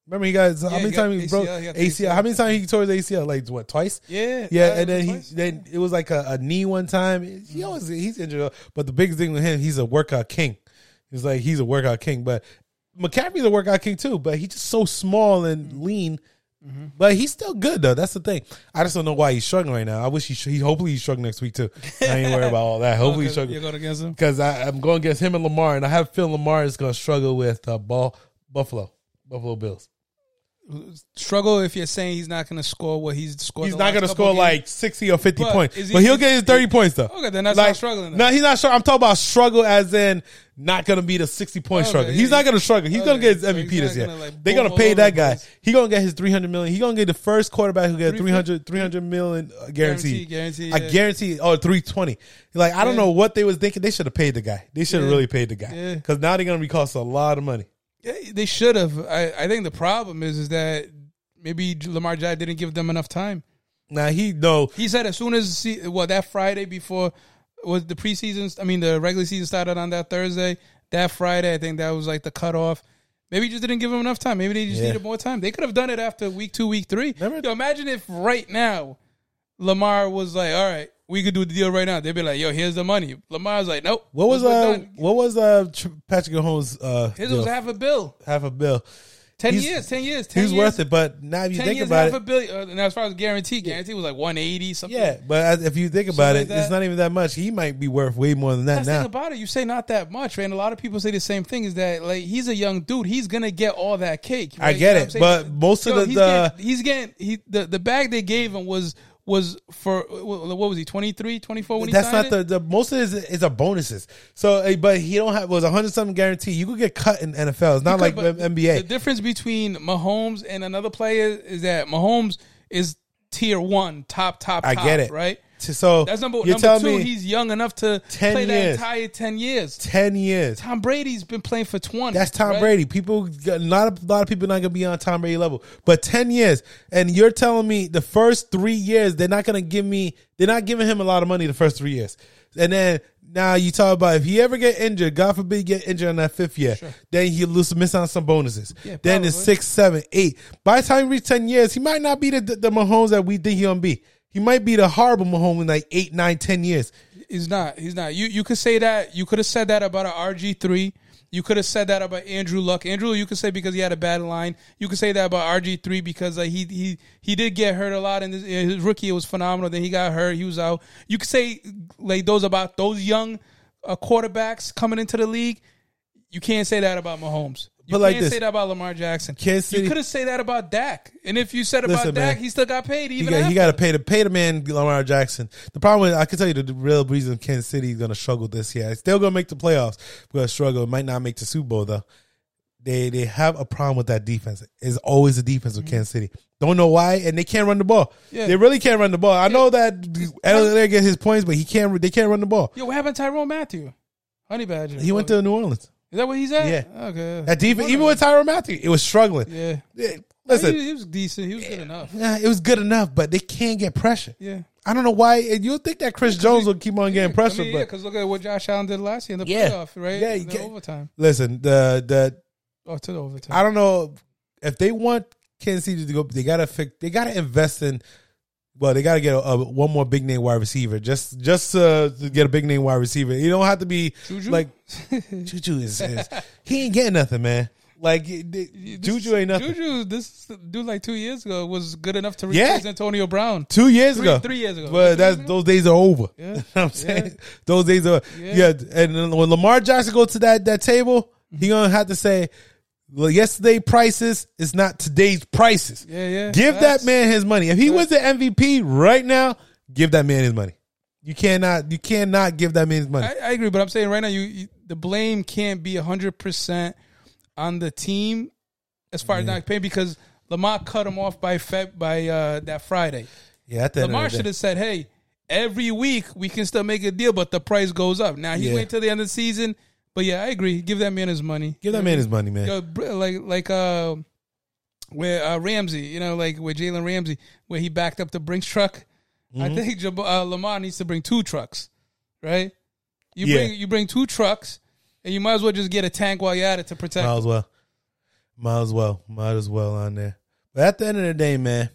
Speaker 1: Remember, he got how
Speaker 2: he
Speaker 1: many
Speaker 2: got
Speaker 1: times he
Speaker 2: ACL,
Speaker 1: broke
Speaker 2: he got
Speaker 1: ACL,
Speaker 2: the ACL.
Speaker 1: How many times he tore his ACL? Like what? Twice.
Speaker 2: Yeah,
Speaker 1: Yeah,
Speaker 2: uh,
Speaker 1: and then he
Speaker 2: twice.
Speaker 1: then it was like a, a knee one time. He always he's injured, but the biggest thing with him, he's a workout king. He's like he's a workout king, but McCaffrey's a workout king too. But he's just so small and lean. But he's still good though. That's the thing. I just don't know why he's struggling right now. I wish he sh- he hopefully he's struggling next week too. I ain't worried about all that. Hopefully he's struggling
Speaker 2: You're going against him.
Speaker 1: because I'm going against him and Lamar, and I have a feeling Lamar is going to struggle with uh, ball Buffalo Buffalo Bills.
Speaker 2: struggle if you're saying he's not going to score what he's scored.
Speaker 1: He's
Speaker 2: the
Speaker 1: not
Speaker 2: last
Speaker 1: going to
Speaker 2: couple
Speaker 1: score
Speaker 2: games.
Speaker 1: like sixty or fifty
Speaker 2: But
Speaker 1: points,
Speaker 2: is he-
Speaker 1: but he'll
Speaker 2: is-
Speaker 1: get his thirty points though.
Speaker 2: Okay, then that's not struggling then.
Speaker 1: No, he's not. Str- I'm talking about struggle as in not going to be the sixty point
Speaker 2: Okay,
Speaker 1: struggle.
Speaker 2: yeah,
Speaker 1: He's not going to struggle. He's going to get
Speaker 2: okay,
Speaker 1: his
Speaker 2: so
Speaker 1: MVP
Speaker 2: he's
Speaker 1: this
Speaker 2: not
Speaker 1: year.
Speaker 2: gonna, like,
Speaker 1: They're going
Speaker 2: boom
Speaker 1: to pay
Speaker 2: all
Speaker 1: that
Speaker 2: over
Speaker 1: guy.
Speaker 2: the place.
Speaker 1: He's going to get his three hundred million. He's going to get the first quarterback who get
Speaker 2: 350?
Speaker 1: 300, 300 million uh, guaranteed.
Speaker 2: Guaranteed, guaranteed,
Speaker 1: I
Speaker 2: yeah.
Speaker 1: guarantee. Or three twenty. Like I don't
Speaker 2: Yeah.
Speaker 1: know what they was thinking. They should have paid the guy. They should have
Speaker 2: Yeah.
Speaker 1: really paid the guy
Speaker 2: Yeah.
Speaker 1: because now they're going to be cost a lot of money.
Speaker 2: Yeah, they should have. I, I think the problem is is that maybe Lamar Jack didn't give them enough time.
Speaker 1: Now he no
Speaker 2: He said as soon as see, well that Friday before was the preseason. I mean the regular season started on that Thursday. That Friday, I think that was like the cutoff. Maybe you just didn't give him enough time. Maybe they just
Speaker 1: Yeah.
Speaker 2: needed more time. They could have done it after week two, week three.
Speaker 1: Remember-
Speaker 2: Yo, imagine if right now Lamar was like, "All right, we could do the deal right now." They'd be like, "Yo, here's the money." Lamar's like, "Nope."
Speaker 1: what was
Speaker 2: we're
Speaker 1: uh
Speaker 2: done."
Speaker 1: what was uh Tr- Patrick Mahomes uh
Speaker 2: His
Speaker 1: deal?
Speaker 2: was
Speaker 1: half,
Speaker 2: half a bill.
Speaker 1: a bill.
Speaker 2: Ten
Speaker 1: He's-
Speaker 2: years. Ten years.
Speaker 1: He
Speaker 2: Ten
Speaker 1: was
Speaker 2: years,
Speaker 1: worth it, but now if you
Speaker 2: Ten
Speaker 1: think
Speaker 2: years,
Speaker 1: about
Speaker 2: half a
Speaker 1: it,
Speaker 2: billion. Uh, now, as far as guarantee, guarantee was like one eighty something.
Speaker 1: yeah. But as, if you think about it,
Speaker 2: like
Speaker 1: it's
Speaker 2: that.
Speaker 1: not even that much. He might be worth way more than that
Speaker 2: That's the thing
Speaker 1: now.
Speaker 2: about it. You say not that much, right? And a lot of people say the same thing. Is that like he's a young dude? He's gonna get all that cake.
Speaker 1: I get
Speaker 2: right? You know
Speaker 1: it,
Speaker 2: what I'm
Speaker 1: but
Speaker 2: saying?
Speaker 1: most of the-
Speaker 2: Yo, he's
Speaker 1: the-
Speaker 2: getting, he's getting he the, the bag they gave him was was for what was he 23, 24 when
Speaker 1: That's
Speaker 2: he
Speaker 1: not
Speaker 2: signed
Speaker 1: the, the most of it is, is a bonuses. So, eh, but he don't have was a hundred something guarantee. You could get cut in NFL. It's not
Speaker 2: Okay,
Speaker 1: like
Speaker 2: but
Speaker 1: M-
Speaker 2: The
Speaker 1: NBA.
Speaker 2: difference between Mahomes and another player is that Mahomes is tier one, top, top.
Speaker 1: I
Speaker 2: top,
Speaker 1: get it.
Speaker 2: right?
Speaker 1: So
Speaker 2: That's number
Speaker 1: You're
Speaker 2: number
Speaker 1: telling
Speaker 2: two.
Speaker 1: me
Speaker 2: He's young enough to
Speaker 1: 10
Speaker 2: play that
Speaker 1: years.
Speaker 2: entire ten years.
Speaker 1: ten years.
Speaker 2: Tom Brady's been playing for twenty.
Speaker 1: That's Tom
Speaker 2: right?
Speaker 1: Brady. People, a lot of a lot of people not gonna be on Tom Brady level, but ten years, and you're telling me the first three years they're not gonna give me, they're not giving him a lot of money the first three years, and then now you talk about if he ever get injured, God forbid, he get injured on that fifth year, then he lose miss on some bonuses.
Speaker 2: Yeah,
Speaker 1: then it's
Speaker 2: probably.
Speaker 1: six, seven, eight. By the time he reach ten years, he might not be the the Mahomes that we think he gonna be. He might be the horrible Mahomes in like eight, nine, ten years.
Speaker 2: He's not. He's not. You you could say that. You could have said that about an RG three. You could have said that about Andrew Luck. Andrew, you could say because he had a bad line. You could say that about RG three because uh, he he he did get hurt a lot, and his, his rookie it was phenomenal. Then he got hurt. He was out. You could say like those about those young uh, quarterbacks coming into the league. You can't say that about Mahomes. You
Speaker 1: But like
Speaker 2: can't
Speaker 1: this-
Speaker 2: say that about Lamar Jackson.
Speaker 1: Kansas City-
Speaker 2: you could have said that about Dak. And if you said about
Speaker 1: Listen,
Speaker 2: Dak,
Speaker 1: man.
Speaker 2: he still got paid even
Speaker 1: You got,
Speaker 2: after.
Speaker 1: you got to pay the pay the man Lamar Jackson. The problem is, I can tell you the, the real reason Kansas City is going to struggle this year. It's still going to make the playoffs. We're going to struggle. It might not make the Super Bowl though. they they have a problem with that defense. It's always the defense with Kansas City. Don't know why, and they can't run the ball.
Speaker 2: Mm-hmm. Yeah.
Speaker 1: They really can't run the ball. I know that Elliott gets his points, but he can't. They can't run the ball.
Speaker 2: Yo, what happened to Tyrone Matthew? Honey Badger.
Speaker 1: He went to New Orleans.
Speaker 2: Is that what he's at?
Speaker 1: Yeah.
Speaker 2: Okay.
Speaker 1: That defense, even with Tyron Matthew, it was struggling.
Speaker 2: yeah.
Speaker 1: Yeah,
Speaker 2: he,
Speaker 1: Listen,
Speaker 2: he was decent. He was good enough.
Speaker 1: yeah, it was good enough, but they can't get pressure.
Speaker 2: Yeah.
Speaker 1: I don't know why. And you'll think that Chris Jones will keep on getting pressure,
Speaker 2: I mean, yeah,
Speaker 1: but
Speaker 2: because look at what Josh Allen did last year in the
Speaker 1: Yeah.
Speaker 2: playoff, right?
Speaker 1: Yeah,
Speaker 2: Yeah,
Speaker 1: you
Speaker 2: the
Speaker 1: get-
Speaker 2: overtime.
Speaker 1: listen, the the
Speaker 2: Oh, to the overtime.
Speaker 1: I don't know if they want Kansas City to go. They gotta fix. They gotta invest in. Well, they gotta get a, a- one more big name wide receiver. Just just uh, to get a big name wide receiver. You don't have to be
Speaker 2: Juju?
Speaker 1: like Juju is, is. he ain't getting nothing, man. Like it- it-
Speaker 2: This-
Speaker 1: Juju ain't nothing.
Speaker 2: Juju, this dude like two years ago was good enough to
Speaker 1: Yeah.
Speaker 2: replace Antonio Brown.
Speaker 1: Two years
Speaker 2: Three-
Speaker 1: ago,
Speaker 2: three years ago.
Speaker 1: But that's
Speaker 2: Three years ago?
Speaker 1: those days are over.
Speaker 2: Yeah.
Speaker 1: You know what I'm saying
Speaker 2: Yeah.
Speaker 1: those days are
Speaker 2: Yeah.
Speaker 1: yeah. And then when Lamar Jackson goes to that that table,
Speaker 2: Mm-hmm.
Speaker 1: he gonna have to say, well, "Yesterday prices is not today's prices."
Speaker 2: Yeah, yeah.
Speaker 1: Give
Speaker 2: Facts.
Speaker 1: that man his money. If he wins the MVP right now, give that man his money. You cannot, you cannot give that man his money.
Speaker 2: I, I agree, but I'm saying right now, you, you the blame can't be 100 percent on the team as far as not paying because Lamar cut him off by Feb, by uh, that Friday.
Speaker 1: yeah, at the end
Speaker 2: Lamar
Speaker 1: of the
Speaker 2: should
Speaker 1: day.
Speaker 2: have said, "Hey, every week we can still make a deal, but the price goes up." Now he
Speaker 1: Yeah.
Speaker 2: waited till the end of the season, but yeah, I agree. Give that man his money.
Speaker 1: give that man his money, man.
Speaker 2: Yo, br- like like uh, where uh, Ramsey, you know, like where Jalen Ramsey, where he backed up the Brinks truck.
Speaker 1: Mm-hmm.
Speaker 2: I think Jab- uh, Lamar needs to bring two trucks, right? You
Speaker 1: Yeah.
Speaker 2: bring you bring two trucks, and you might as well just get a tank while you're at it to protect.
Speaker 1: Might as well, might as well, might as well on there. But at the end of the day, man,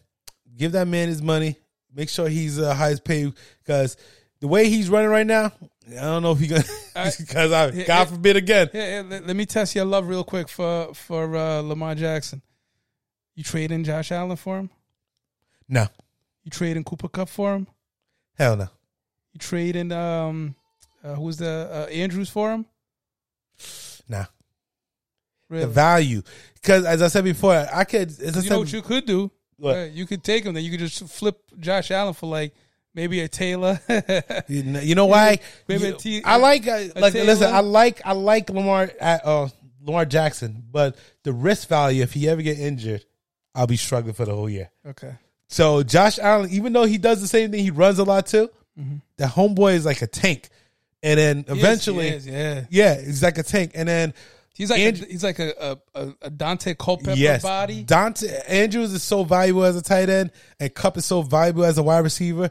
Speaker 1: give that man his money. Make sure he's uh, highest paid because the way he's running right now, I don't know if he gonna.
Speaker 2: I-
Speaker 1: Because I,
Speaker 2: Yeah, yeah.
Speaker 1: God forbid again.
Speaker 2: Yeah, yeah, let, let me test your love real quick for for uh, Lamar Jackson. You trade in Josh Allen for him.
Speaker 1: No,
Speaker 2: You trade in Cooper Cup for him.
Speaker 1: hell no.
Speaker 2: You trade in um, uh, who's the uh, Andrews for him?
Speaker 1: Nah,
Speaker 2: Really?
Speaker 1: the value because as I said before, I could. As I
Speaker 2: you
Speaker 1: said,
Speaker 2: know what you could do?
Speaker 1: What?
Speaker 2: Uh, you could take him. Then you could just flip Josh Allen for like maybe a Taylor.
Speaker 1: You know, you know why?
Speaker 2: Maybe
Speaker 1: You-
Speaker 2: a T-
Speaker 1: I like uh,
Speaker 2: a
Speaker 1: like
Speaker 2: Taylor?
Speaker 1: listen. I like I like Lamar uh, uh, Lamar Jackson, but the risk value if he ever get injured, I'll be struggling for the whole year.
Speaker 2: okay.
Speaker 1: So Josh Allen, even though he does the same thing, he runs a lot too. That homeboy is like a tank, and then eventually,
Speaker 2: Yes, yes, yeah.
Speaker 1: yeah, he's like a tank, and then
Speaker 2: He's like
Speaker 1: And-
Speaker 2: a, he's like a a, a, a Dante Culpepper
Speaker 1: yes,
Speaker 2: body.
Speaker 1: Dante Andrews is so valuable as a tight end, and Cup is so valuable as a wide receiver.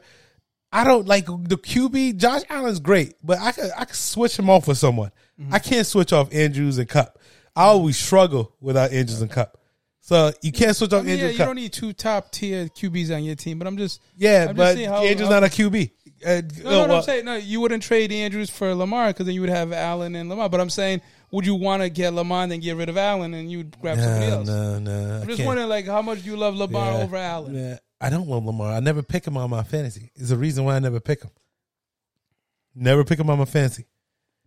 Speaker 1: I don't like the QB. Josh Allen's great, but I could I could switch him off with someone.
Speaker 2: Mm-hmm.
Speaker 1: I can't switch off Andrews and Cup. I always struggle without Andrews and Cup. So you can't switch off
Speaker 2: I mean, yeah,
Speaker 1: Andrews.
Speaker 2: you
Speaker 1: Cup.
Speaker 2: don't need two top tier QBs on your team, but I'm just
Speaker 1: yeah,
Speaker 2: I'm
Speaker 1: but
Speaker 2: seeing how-
Speaker 1: Andrews
Speaker 2: how-
Speaker 1: not a QB. Uh,
Speaker 2: No, no,
Speaker 1: uh,
Speaker 2: no,
Speaker 1: well,
Speaker 2: I'm saying no. You wouldn't trade Andrews for Lamar because then you would have Allen and Lamar. But I'm saying, would you want to get Lamar and then get rid of Allen and you'd grab somebody
Speaker 1: No,
Speaker 2: else?
Speaker 1: no, no. I
Speaker 2: I'm just
Speaker 1: can't.
Speaker 2: wondering, like, how much you love Lamar
Speaker 1: Yeah.
Speaker 2: over Allen.
Speaker 1: Yeah. I don't love Lamar. I never pick him on my fantasy. It's the reason why I never pick him. Never pick him on my fantasy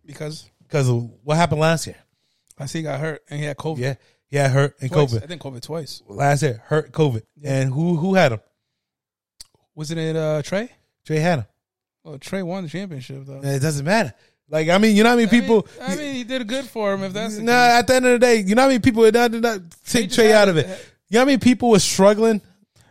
Speaker 2: because
Speaker 1: because of what happened last year.
Speaker 2: I see he got hurt and he had COVID.
Speaker 1: Yeah, yeah, hurt and
Speaker 2: twice. I
Speaker 1: COVID
Speaker 2: think COVID twice.
Speaker 1: last year. Hurt COVID and who who had him?
Speaker 2: Wasn't it uh, Trey?
Speaker 1: Trey had him.
Speaker 2: Well, Trey won the championship though.
Speaker 1: And It doesn't matter. Like I mean, you know how many people.
Speaker 2: I mean, I mean, he did good for him. If that's the
Speaker 1: nah, at the end of the day, you know how many people did not, did not take
Speaker 2: just
Speaker 1: Trey
Speaker 2: had
Speaker 1: out of
Speaker 2: a-
Speaker 1: it. You know how many people were struggling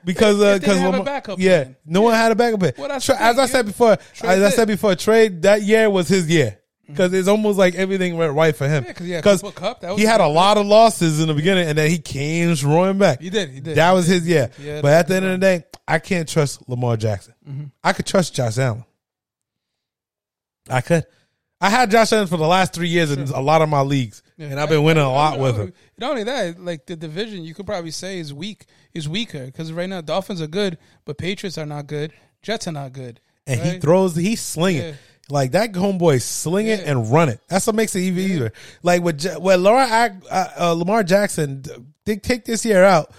Speaker 1: because
Speaker 2: They- they
Speaker 1: uh,
Speaker 2: didn't
Speaker 1: because
Speaker 2: have a
Speaker 1: Lamar-
Speaker 2: backup
Speaker 1: yeah,
Speaker 2: plan.
Speaker 1: no one had a backup plan.
Speaker 2: Well, that's
Speaker 1: Trey-
Speaker 2: the
Speaker 1: as
Speaker 2: thing,
Speaker 1: I
Speaker 2: yeah.
Speaker 1: said before,
Speaker 2: Trey
Speaker 1: as I
Speaker 2: did.
Speaker 1: said before, Trey that year was his year because it's almost like everything went right for him
Speaker 2: Yeah, 'cause he had Cooper Kupp, that was
Speaker 1: he had a lot of losses in the beginning and then he came roaring back.
Speaker 2: He did, he did,
Speaker 1: That
Speaker 2: he
Speaker 1: was his year.
Speaker 2: Yeah,
Speaker 1: but at the end of the day, I can't trust Lamar Jackson.
Speaker 2: Mm-hmm.
Speaker 1: I could trust Josh Allen. I could. I had Josh Allen for the last three years in a lot of my leagues, and I've been winning a lot with him.
Speaker 2: Not only that, like the division, you could probably say is weak, is weaker because right now Dolphins are good, but Patriots are not good. Jets are not good.
Speaker 1: and he
Speaker 2: right?
Speaker 1: throws, he's slinging.
Speaker 2: Yeah.
Speaker 1: Like that homeboy sling it
Speaker 2: Yeah.
Speaker 1: and run it. That's what makes it even easier. Like with Ja- with Laura, Ag- uh, uh, Lamar Jackson, they take this year out.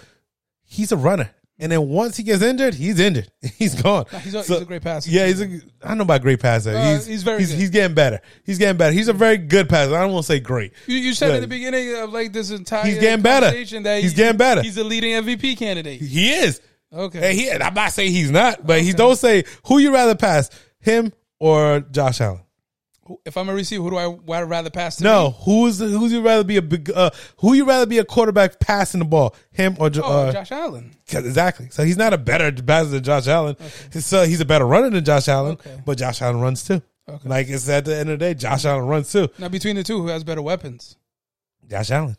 Speaker 1: He's a runner, and then once he gets injured, he's injured. He's gone.
Speaker 2: he's a- he's a great passer.
Speaker 1: Yeah, he's a. I don't know about great passer.
Speaker 2: Uh,
Speaker 1: he's
Speaker 2: he's very
Speaker 1: He's,
Speaker 2: good.
Speaker 1: he's getting better. He's getting better. He's a very good passer. I don't want to say great.
Speaker 2: You, you said
Speaker 1: Yeah.
Speaker 2: at the beginning of like this entire
Speaker 1: He's getting better.
Speaker 2: conversation That
Speaker 1: He's
Speaker 2: he-
Speaker 1: getting better.
Speaker 2: He's a leading MVP candidate.
Speaker 1: He is.
Speaker 2: Okay.
Speaker 1: And he, I'm not saying he's not, but he don't say who you rather pass him or Josh Allen.
Speaker 2: If I'm a receiver, who do I would rather pass to?
Speaker 1: No, who's who's you rather be a big uh, who you rather be a quarterback passing the ball, him or Jo-
Speaker 2: Oh,
Speaker 1: uh,
Speaker 2: Josh Allen.
Speaker 1: exactly? So he's not a better passer than Josh Allen. So he's a better runner than Josh Allen,
Speaker 2: Okay.
Speaker 1: but Josh Allen runs too.
Speaker 2: Okay.
Speaker 1: Like it's at the end of the day, Josh Allen runs too.
Speaker 2: Now between the two, who has better weapons?
Speaker 1: Josh Allen.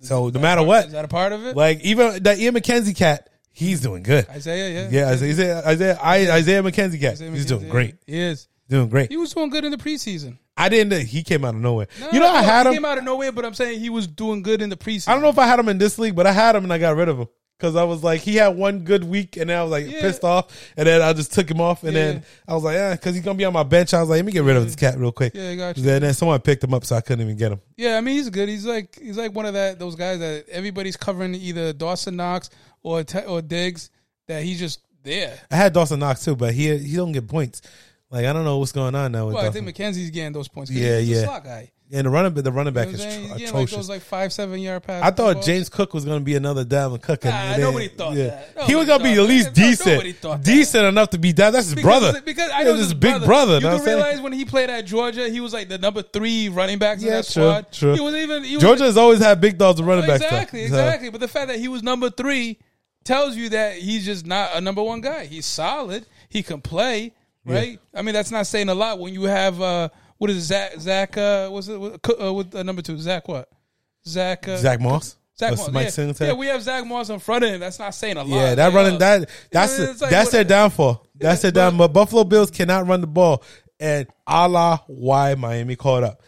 Speaker 1: So no matter what,
Speaker 2: Is that a part of it?
Speaker 1: like even that Ian McKenzie cat, he's doing good.
Speaker 2: Isaiah, yeah,
Speaker 1: Yeah, Isaiah Isaiah I- Isaiah McKenzie cat,
Speaker 2: Isaiah
Speaker 1: he's
Speaker 2: McKenzie,
Speaker 1: doing
Speaker 2: yeah.
Speaker 1: great,
Speaker 2: He is.
Speaker 1: doing great.
Speaker 2: He was doing good in the preseason.
Speaker 1: I didn't. He came out of nowhere.
Speaker 2: No,
Speaker 1: you know, I
Speaker 2: no,
Speaker 1: had
Speaker 2: he
Speaker 1: him.
Speaker 2: came out of nowhere, but I'm saying he was doing good in the preseason.
Speaker 1: I don't know if I had him in this league, but I had him and I got rid of him because I was like, he had one good week, and then I was like
Speaker 2: Yeah.
Speaker 1: pissed off, and then I just took him off, and
Speaker 2: Yeah.
Speaker 1: then I was like, yeah, because he's gonna be on my bench. I was like, let me get rid of this cat real quick.
Speaker 2: Yeah, I got you.
Speaker 1: Then, then someone picked him up, so I couldn't even get him.
Speaker 2: Yeah, I mean he's good. He's like he's like one of that those guys that everybody's covering either Dawson Knox or Te- or Diggs. That he's just there.
Speaker 1: I had Dawson Knox too, but he he don't get points. Like I don't know what's going on now with
Speaker 2: Well, I
Speaker 1: Dawson.
Speaker 2: think McKenzie's getting those points. 'cause
Speaker 1: Yeah,
Speaker 2: he's a
Speaker 1: yeah.
Speaker 2: slot guy.
Speaker 1: and the running the running back
Speaker 2: You know
Speaker 1: is
Speaker 2: what I'm saying?
Speaker 1: tro-
Speaker 2: He's getting like
Speaker 1: atrocious.
Speaker 2: those like five seven yard passes.
Speaker 1: I thought James Cook was going to be another Diamond Cook. and
Speaker 2: Nah,
Speaker 1: then-
Speaker 2: nobody thought that.
Speaker 1: he was going
Speaker 2: Nobody
Speaker 1: to be
Speaker 2: thought
Speaker 1: at least
Speaker 2: that. No, nobody
Speaker 1: decent,
Speaker 2: thought that.
Speaker 1: decent enough to be that. That's his brother.
Speaker 2: because I
Speaker 1: Yeah,
Speaker 2: know
Speaker 1: this
Speaker 2: his
Speaker 1: big brother.
Speaker 2: You
Speaker 1: know what
Speaker 2: can
Speaker 1: I'm saying?
Speaker 2: realize when he played at Georgia, he was like the number three running back in
Speaker 1: Yeah,
Speaker 2: that
Speaker 1: true,
Speaker 2: squad.
Speaker 1: true.
Speaker 2: He wasn't even he was
Speaker 1: Georgia has always had big dogs and running backs. though.
Speaker 2: Exactly,
Speaker 1: So-
Speaker 2: exactly. But the fact that he was number three tells you that he's just not a number one guy. He's solid. He can play, right? I mean, that's not saying a lot when you have uh, what is it, Zach? Zach? Uh, what's it? what- Uh, with uh, number two, Zach? What? Zach? Uh,
Speaker 1: Zach Moss.
Speaker 2: Zach
Speaker 1: Or
Speaker 2: Moss.
Speaker 1: Mike
Speaker 2: yeah.
Speaker 1: Singletary.
Speaker 2: yeah, we have Zach Moss in front of him. That's not saying a lot.
Speaker 1: Yeah, that
Speaker 2: Yeah.
Speaker 1: running that that's
Speaker 2: it's like
Speaker 1: that's
Speaker 2: what-
Speaker 1: their downfall. That's their down. But Buffalo Bills cannot run the ball, and a la why Miami caught up.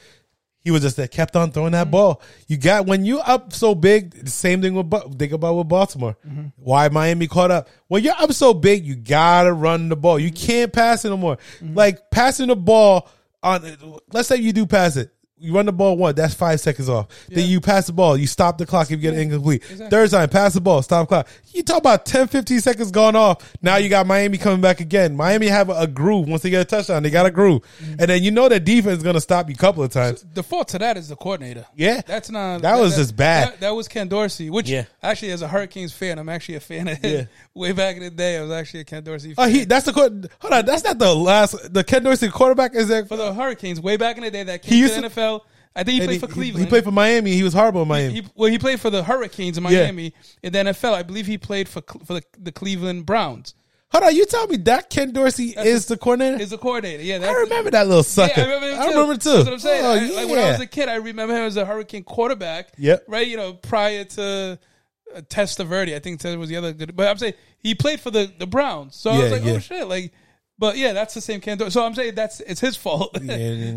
Speaker 1: He was just that kept on throwing that ball. You got when you up so big. The same thing with Bu- think about with Baltimore. Why Miami caught up? When you're up so big, you gotta run the ball. You can't pass it no more. Like passing the ball on. Let's say you do pass it. You run the ball one, that's five seconds off. Then you pass the ball, you stop the clock if you get it incomplete. Third time, pass the ball, stop clock. You talk about 10, 15 seconds gone off. Now you got Miami coming back again. Miami have a, a groove. Once they get a touchdown, they got a groove. And then you know that defense is going to stop you a couple of times.
Speaker 2: The fault to that is the coordinator.
Speaker 1: Yeah.
Speaker 2: that's not.
Speaker 1: That was just bad.
Speaker 2: That, that was Ken Dorsey, which
Speaker 1: Yeah.
Speaker 2: actually, as a Hurricanes fan, I'm actually a fan of
Speaker 1: Yeah.
Speaker 2: him. Way back in the day, I was actually a Ken Dorsey.
Speaker 1: Oh,
Speaker 2: fan.
Speaker 1: he, that's the, court- hold on, that's not the last, the Ken Dorsey quarterback is there.
Speaker 2: for the Hurricanes way back in the day that came
Speaker 1: used
Speaker 2: to the
Speaker 1: to-
Speaker 2: NFL. I think he played for
Speaker 1: He,
Speaker 2: Cleveland.
Speaker 1: he played for Miami. He was horrible in Miami.
Speaker 2: He- well, he played for the Hurricanes in
Speaker 1: Yeah.
Speaker 2: Miami in the NFL. I believe he played for Cle- for the, the Cleveland Browns.
Speaker 1: hold on, you tell me that Ken Dorsey is the coordinator?
Speaker 2: Is the coordinator? Yeah, that's,
Speaker 1: I remember that little
Speaker 2: Yeah,
Speaker 1: sucker.
Speaker 2: I remember. Him too.
Speaker 1: I remember too.
Speaker 2: That's what I'm saying.
Speaker 1: Oh,
Speaker 2: I- like when I was
Speaker 1: yeah.
Speaker 2: a kid, I remember him as a Hurricane quarterback.
Speaker 1: Yep.
Speaker 2: Right. You know, prior to uh, Testaverde, I think Testa was the other good. But I'm saying he played for the the Browns. So I
Speaker 1: Yeah,
Speaker 2: was like,
Speaker 1: yeah.
Speaker 2: oh shit, like. But yeah, that's the same Ken Dorsey. So I'm saying that's it's his fault. you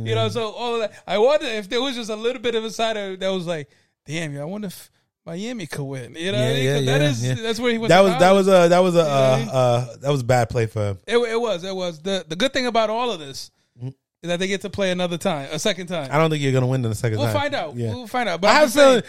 Speaker 2: know, so all of that. I wonder if there was just a little bit of a side of, that was like, damn, yeah, I wonder if Miami could win. You know, what I mean? 'Cause that is
Speaker 1: yeah.
Speaker 2: that's where he went.
Speaker 1: That
Speaker 2: to
Speaker 1: was that
Speaker 2: college.
Speaker 1: was a that was a uh,
Speaker 2: what I mean?
Speaker 1: uh, that was a bad play for him.
Speaker 2: It, it was it was the the good thing about all of this
Speaker 1: Mm-hmm.
Speaker 2: is that they get to play another time, a second time.
Speaker 1: I don't think you're gonna win in the second
Speaker 2: We'll
Speaker 1: time.
Speaker 2: find out.
Speaker 1: Yeah.
Speaker 2: We'll find out. But
Speaker 1: I
Speaker 2: I'm
Speaker 1: have a
Speaker 2: just saying,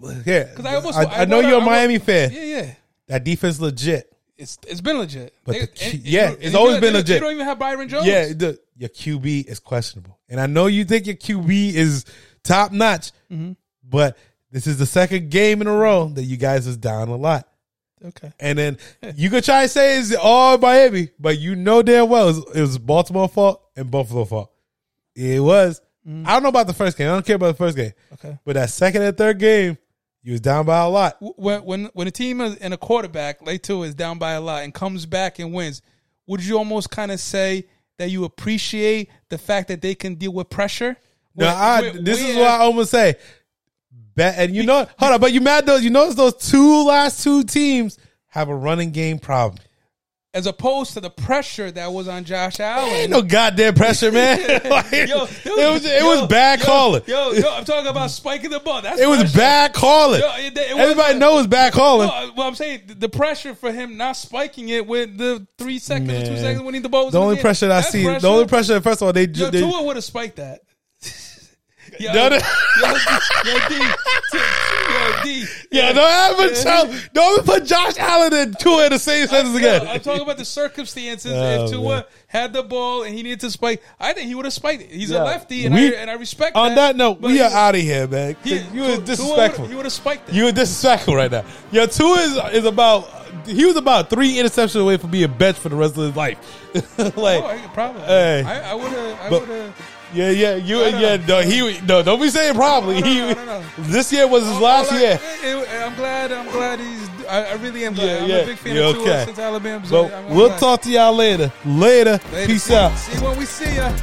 Speaker 1: feeling. be- Yeah, because
Speaker 2: I
Speaker 1: I,
Speaker 2: almost-
Speaker 1: I,
Speaker 2: I
Speaker 1: know
Speaker 2: wanna-
Speaker 1: you're
Speaker 2: I
Speaker 1: a
Speaker 2: wa-
Speaker 1: Miami fan.
Speaker 2: Yeah, yeah.
Speaker 1: That defense legit.
Speaker 2: It's it's been legit.
Speaker 1: But
Speaker 2: They-
Speaker 1: the key-
Speaker 2: and- and
Speaker 1: yeah,
Speaker 2: you don't-
Speaker 1: it's
Speaker 2: and you
Speaker 1: always
Speaker 2: don't-
Speaker 1: been
Speaker 2: you don't-
Speaker 1: legit.
Speaker 2: You don't even have Byron Jones.
Speaker 1: Yeah, the, your QB is questionable, and I know you think your QB is top notch, but this is the second game in a row that you guys is down a lot.
Speaker 2: Okay.
Speaker 1: And then you could try and say it's all Miami, but you know damn well it was, it was Baltimore fault and Buffalo fault. It was. I don't know about the first game. I don't care about the first game.
Speaker 2: Okay.
Speaker 1: But that second and third game, you was down by a lot.
Speaker 2: W- When when when a team is, and a quarterback like two is down by a lot and comes back and wins, would you almost kind of say that you appreciate the fact that they can deal with pressure?
Speaker 1: Now,
Speaker 2: Where-
Speaker 1: I,
Speaker 2: where-
Speaker 1: this is
Speaker 2: where-
Speaker 1: what I almost say. Bet, and you know, hold on, but you mad though? You notice those two last two teams have a running game problem.
Speaker 2: as opposed to the pressure that was on Josh Allen.
Speaker 1: Ain't no goddamn pressure, man. Like,
Speaker 2: Yo,
Speaker 1: it was it was bad
Speaker 2: yo,
Speaker 1: calling.
Speaker 2: Yo, yo, I'm talking about spiking the ball. That's
Speaker 1: it was
Speaker 2: pressure.
Speaker 1: bad calling.
Speaker 2: Yo, it- it was-
Speaker 1: Everybody knows it's bad calling.
Speaker 2: No, well, I'm saying th- the pressure for him not spiking it with the three seconds or two
Speaker 1: Man.
Speaker 2: seconds when he the ball was
Speaker 1: The
Speaker 2: in
Speaker 1: only
Speaker 2: hand.
Speaker 1: pressure that I
Speaker 2: That's
Speaker 1: see, the only pressure. First of all, they,
Speaker 2: Yo,
Speaker 1: they
Speaker 2: Tua would have spiked that. yo,
Speaker 1: No,
Speaker 2: yo,
Speaker 1: no.
Speaker 2: D, yo, D, T- yo, D.
Speaker 1: yeah, don't ever tell, don't ever put Josh Allen and Tua in the same sentence
Speaker 2: Yo,
Speaker 1: again.
Speaker 2: I'm talking about the circumstances.
Speaker 1: Oh,
Speaker 2: if Tua
Speaker 1: man.
Speaker 2: had the ball and he needed to spike, I think he would have spiked it. He's
Speaker 1: Yeah.
Speaker 2: a lefty, and,
Speaker 1: We-
Speaker 2: I, and I respect
Speaker 1: On that note,
Speaker 2: but
Speaker 1: we
Speaker 2: he-
Speaker 1: are out of here, man.
Speaker 2: he-
Speaker 1: you
Speaker 2: Tua-
Speaker 1: were
Speaker 2: Tua
Speaker 1: disrespectful.
Speaker 2: would've- He would have spiked it.
Speaker 1: You were disrespectful right now. Your two is is about. He was about three interceptions away from being benched for the rest of his life. like,
Speaker 2: oh, I could probably.
Speaker 1: Hey.
Speaker 2: I would have. I
Speaker 1: But-
Speaker 2: would have.
Speaker 1: Yeah, yeah, you, yeah. No, he, no, don't be saying probably.
Speaker 2: No, no,
Speaker 1: he,
Speaker 2: no, no, no.
Speaker 1: This year was his last
Speaker 2: All I-
Speaker 1: year.
Speaker 2: it- it- I'm glad. I'm glad he's. I, I really am glad.
Speaker 1: Yeah,
Speaker 2: I'm
Speaker 1: yeah.
Speaker 2: a big fan
Speaker 1: Yeah,
Speaker 2: of Tua
Speaker 1: okay.
Speaker 2: since Alabama. so
Speaker 1: But
Speaker 2: I'm- I'm
Speaker 1: we'll
Speaker 2: glad.
Speaker 1: talk to y'all later. Later.
Speaker 2: Later.
Speaker 1: Peace
Speaker 2: See-
Speaker 1: out.
Speaker 2: See you when we see ya.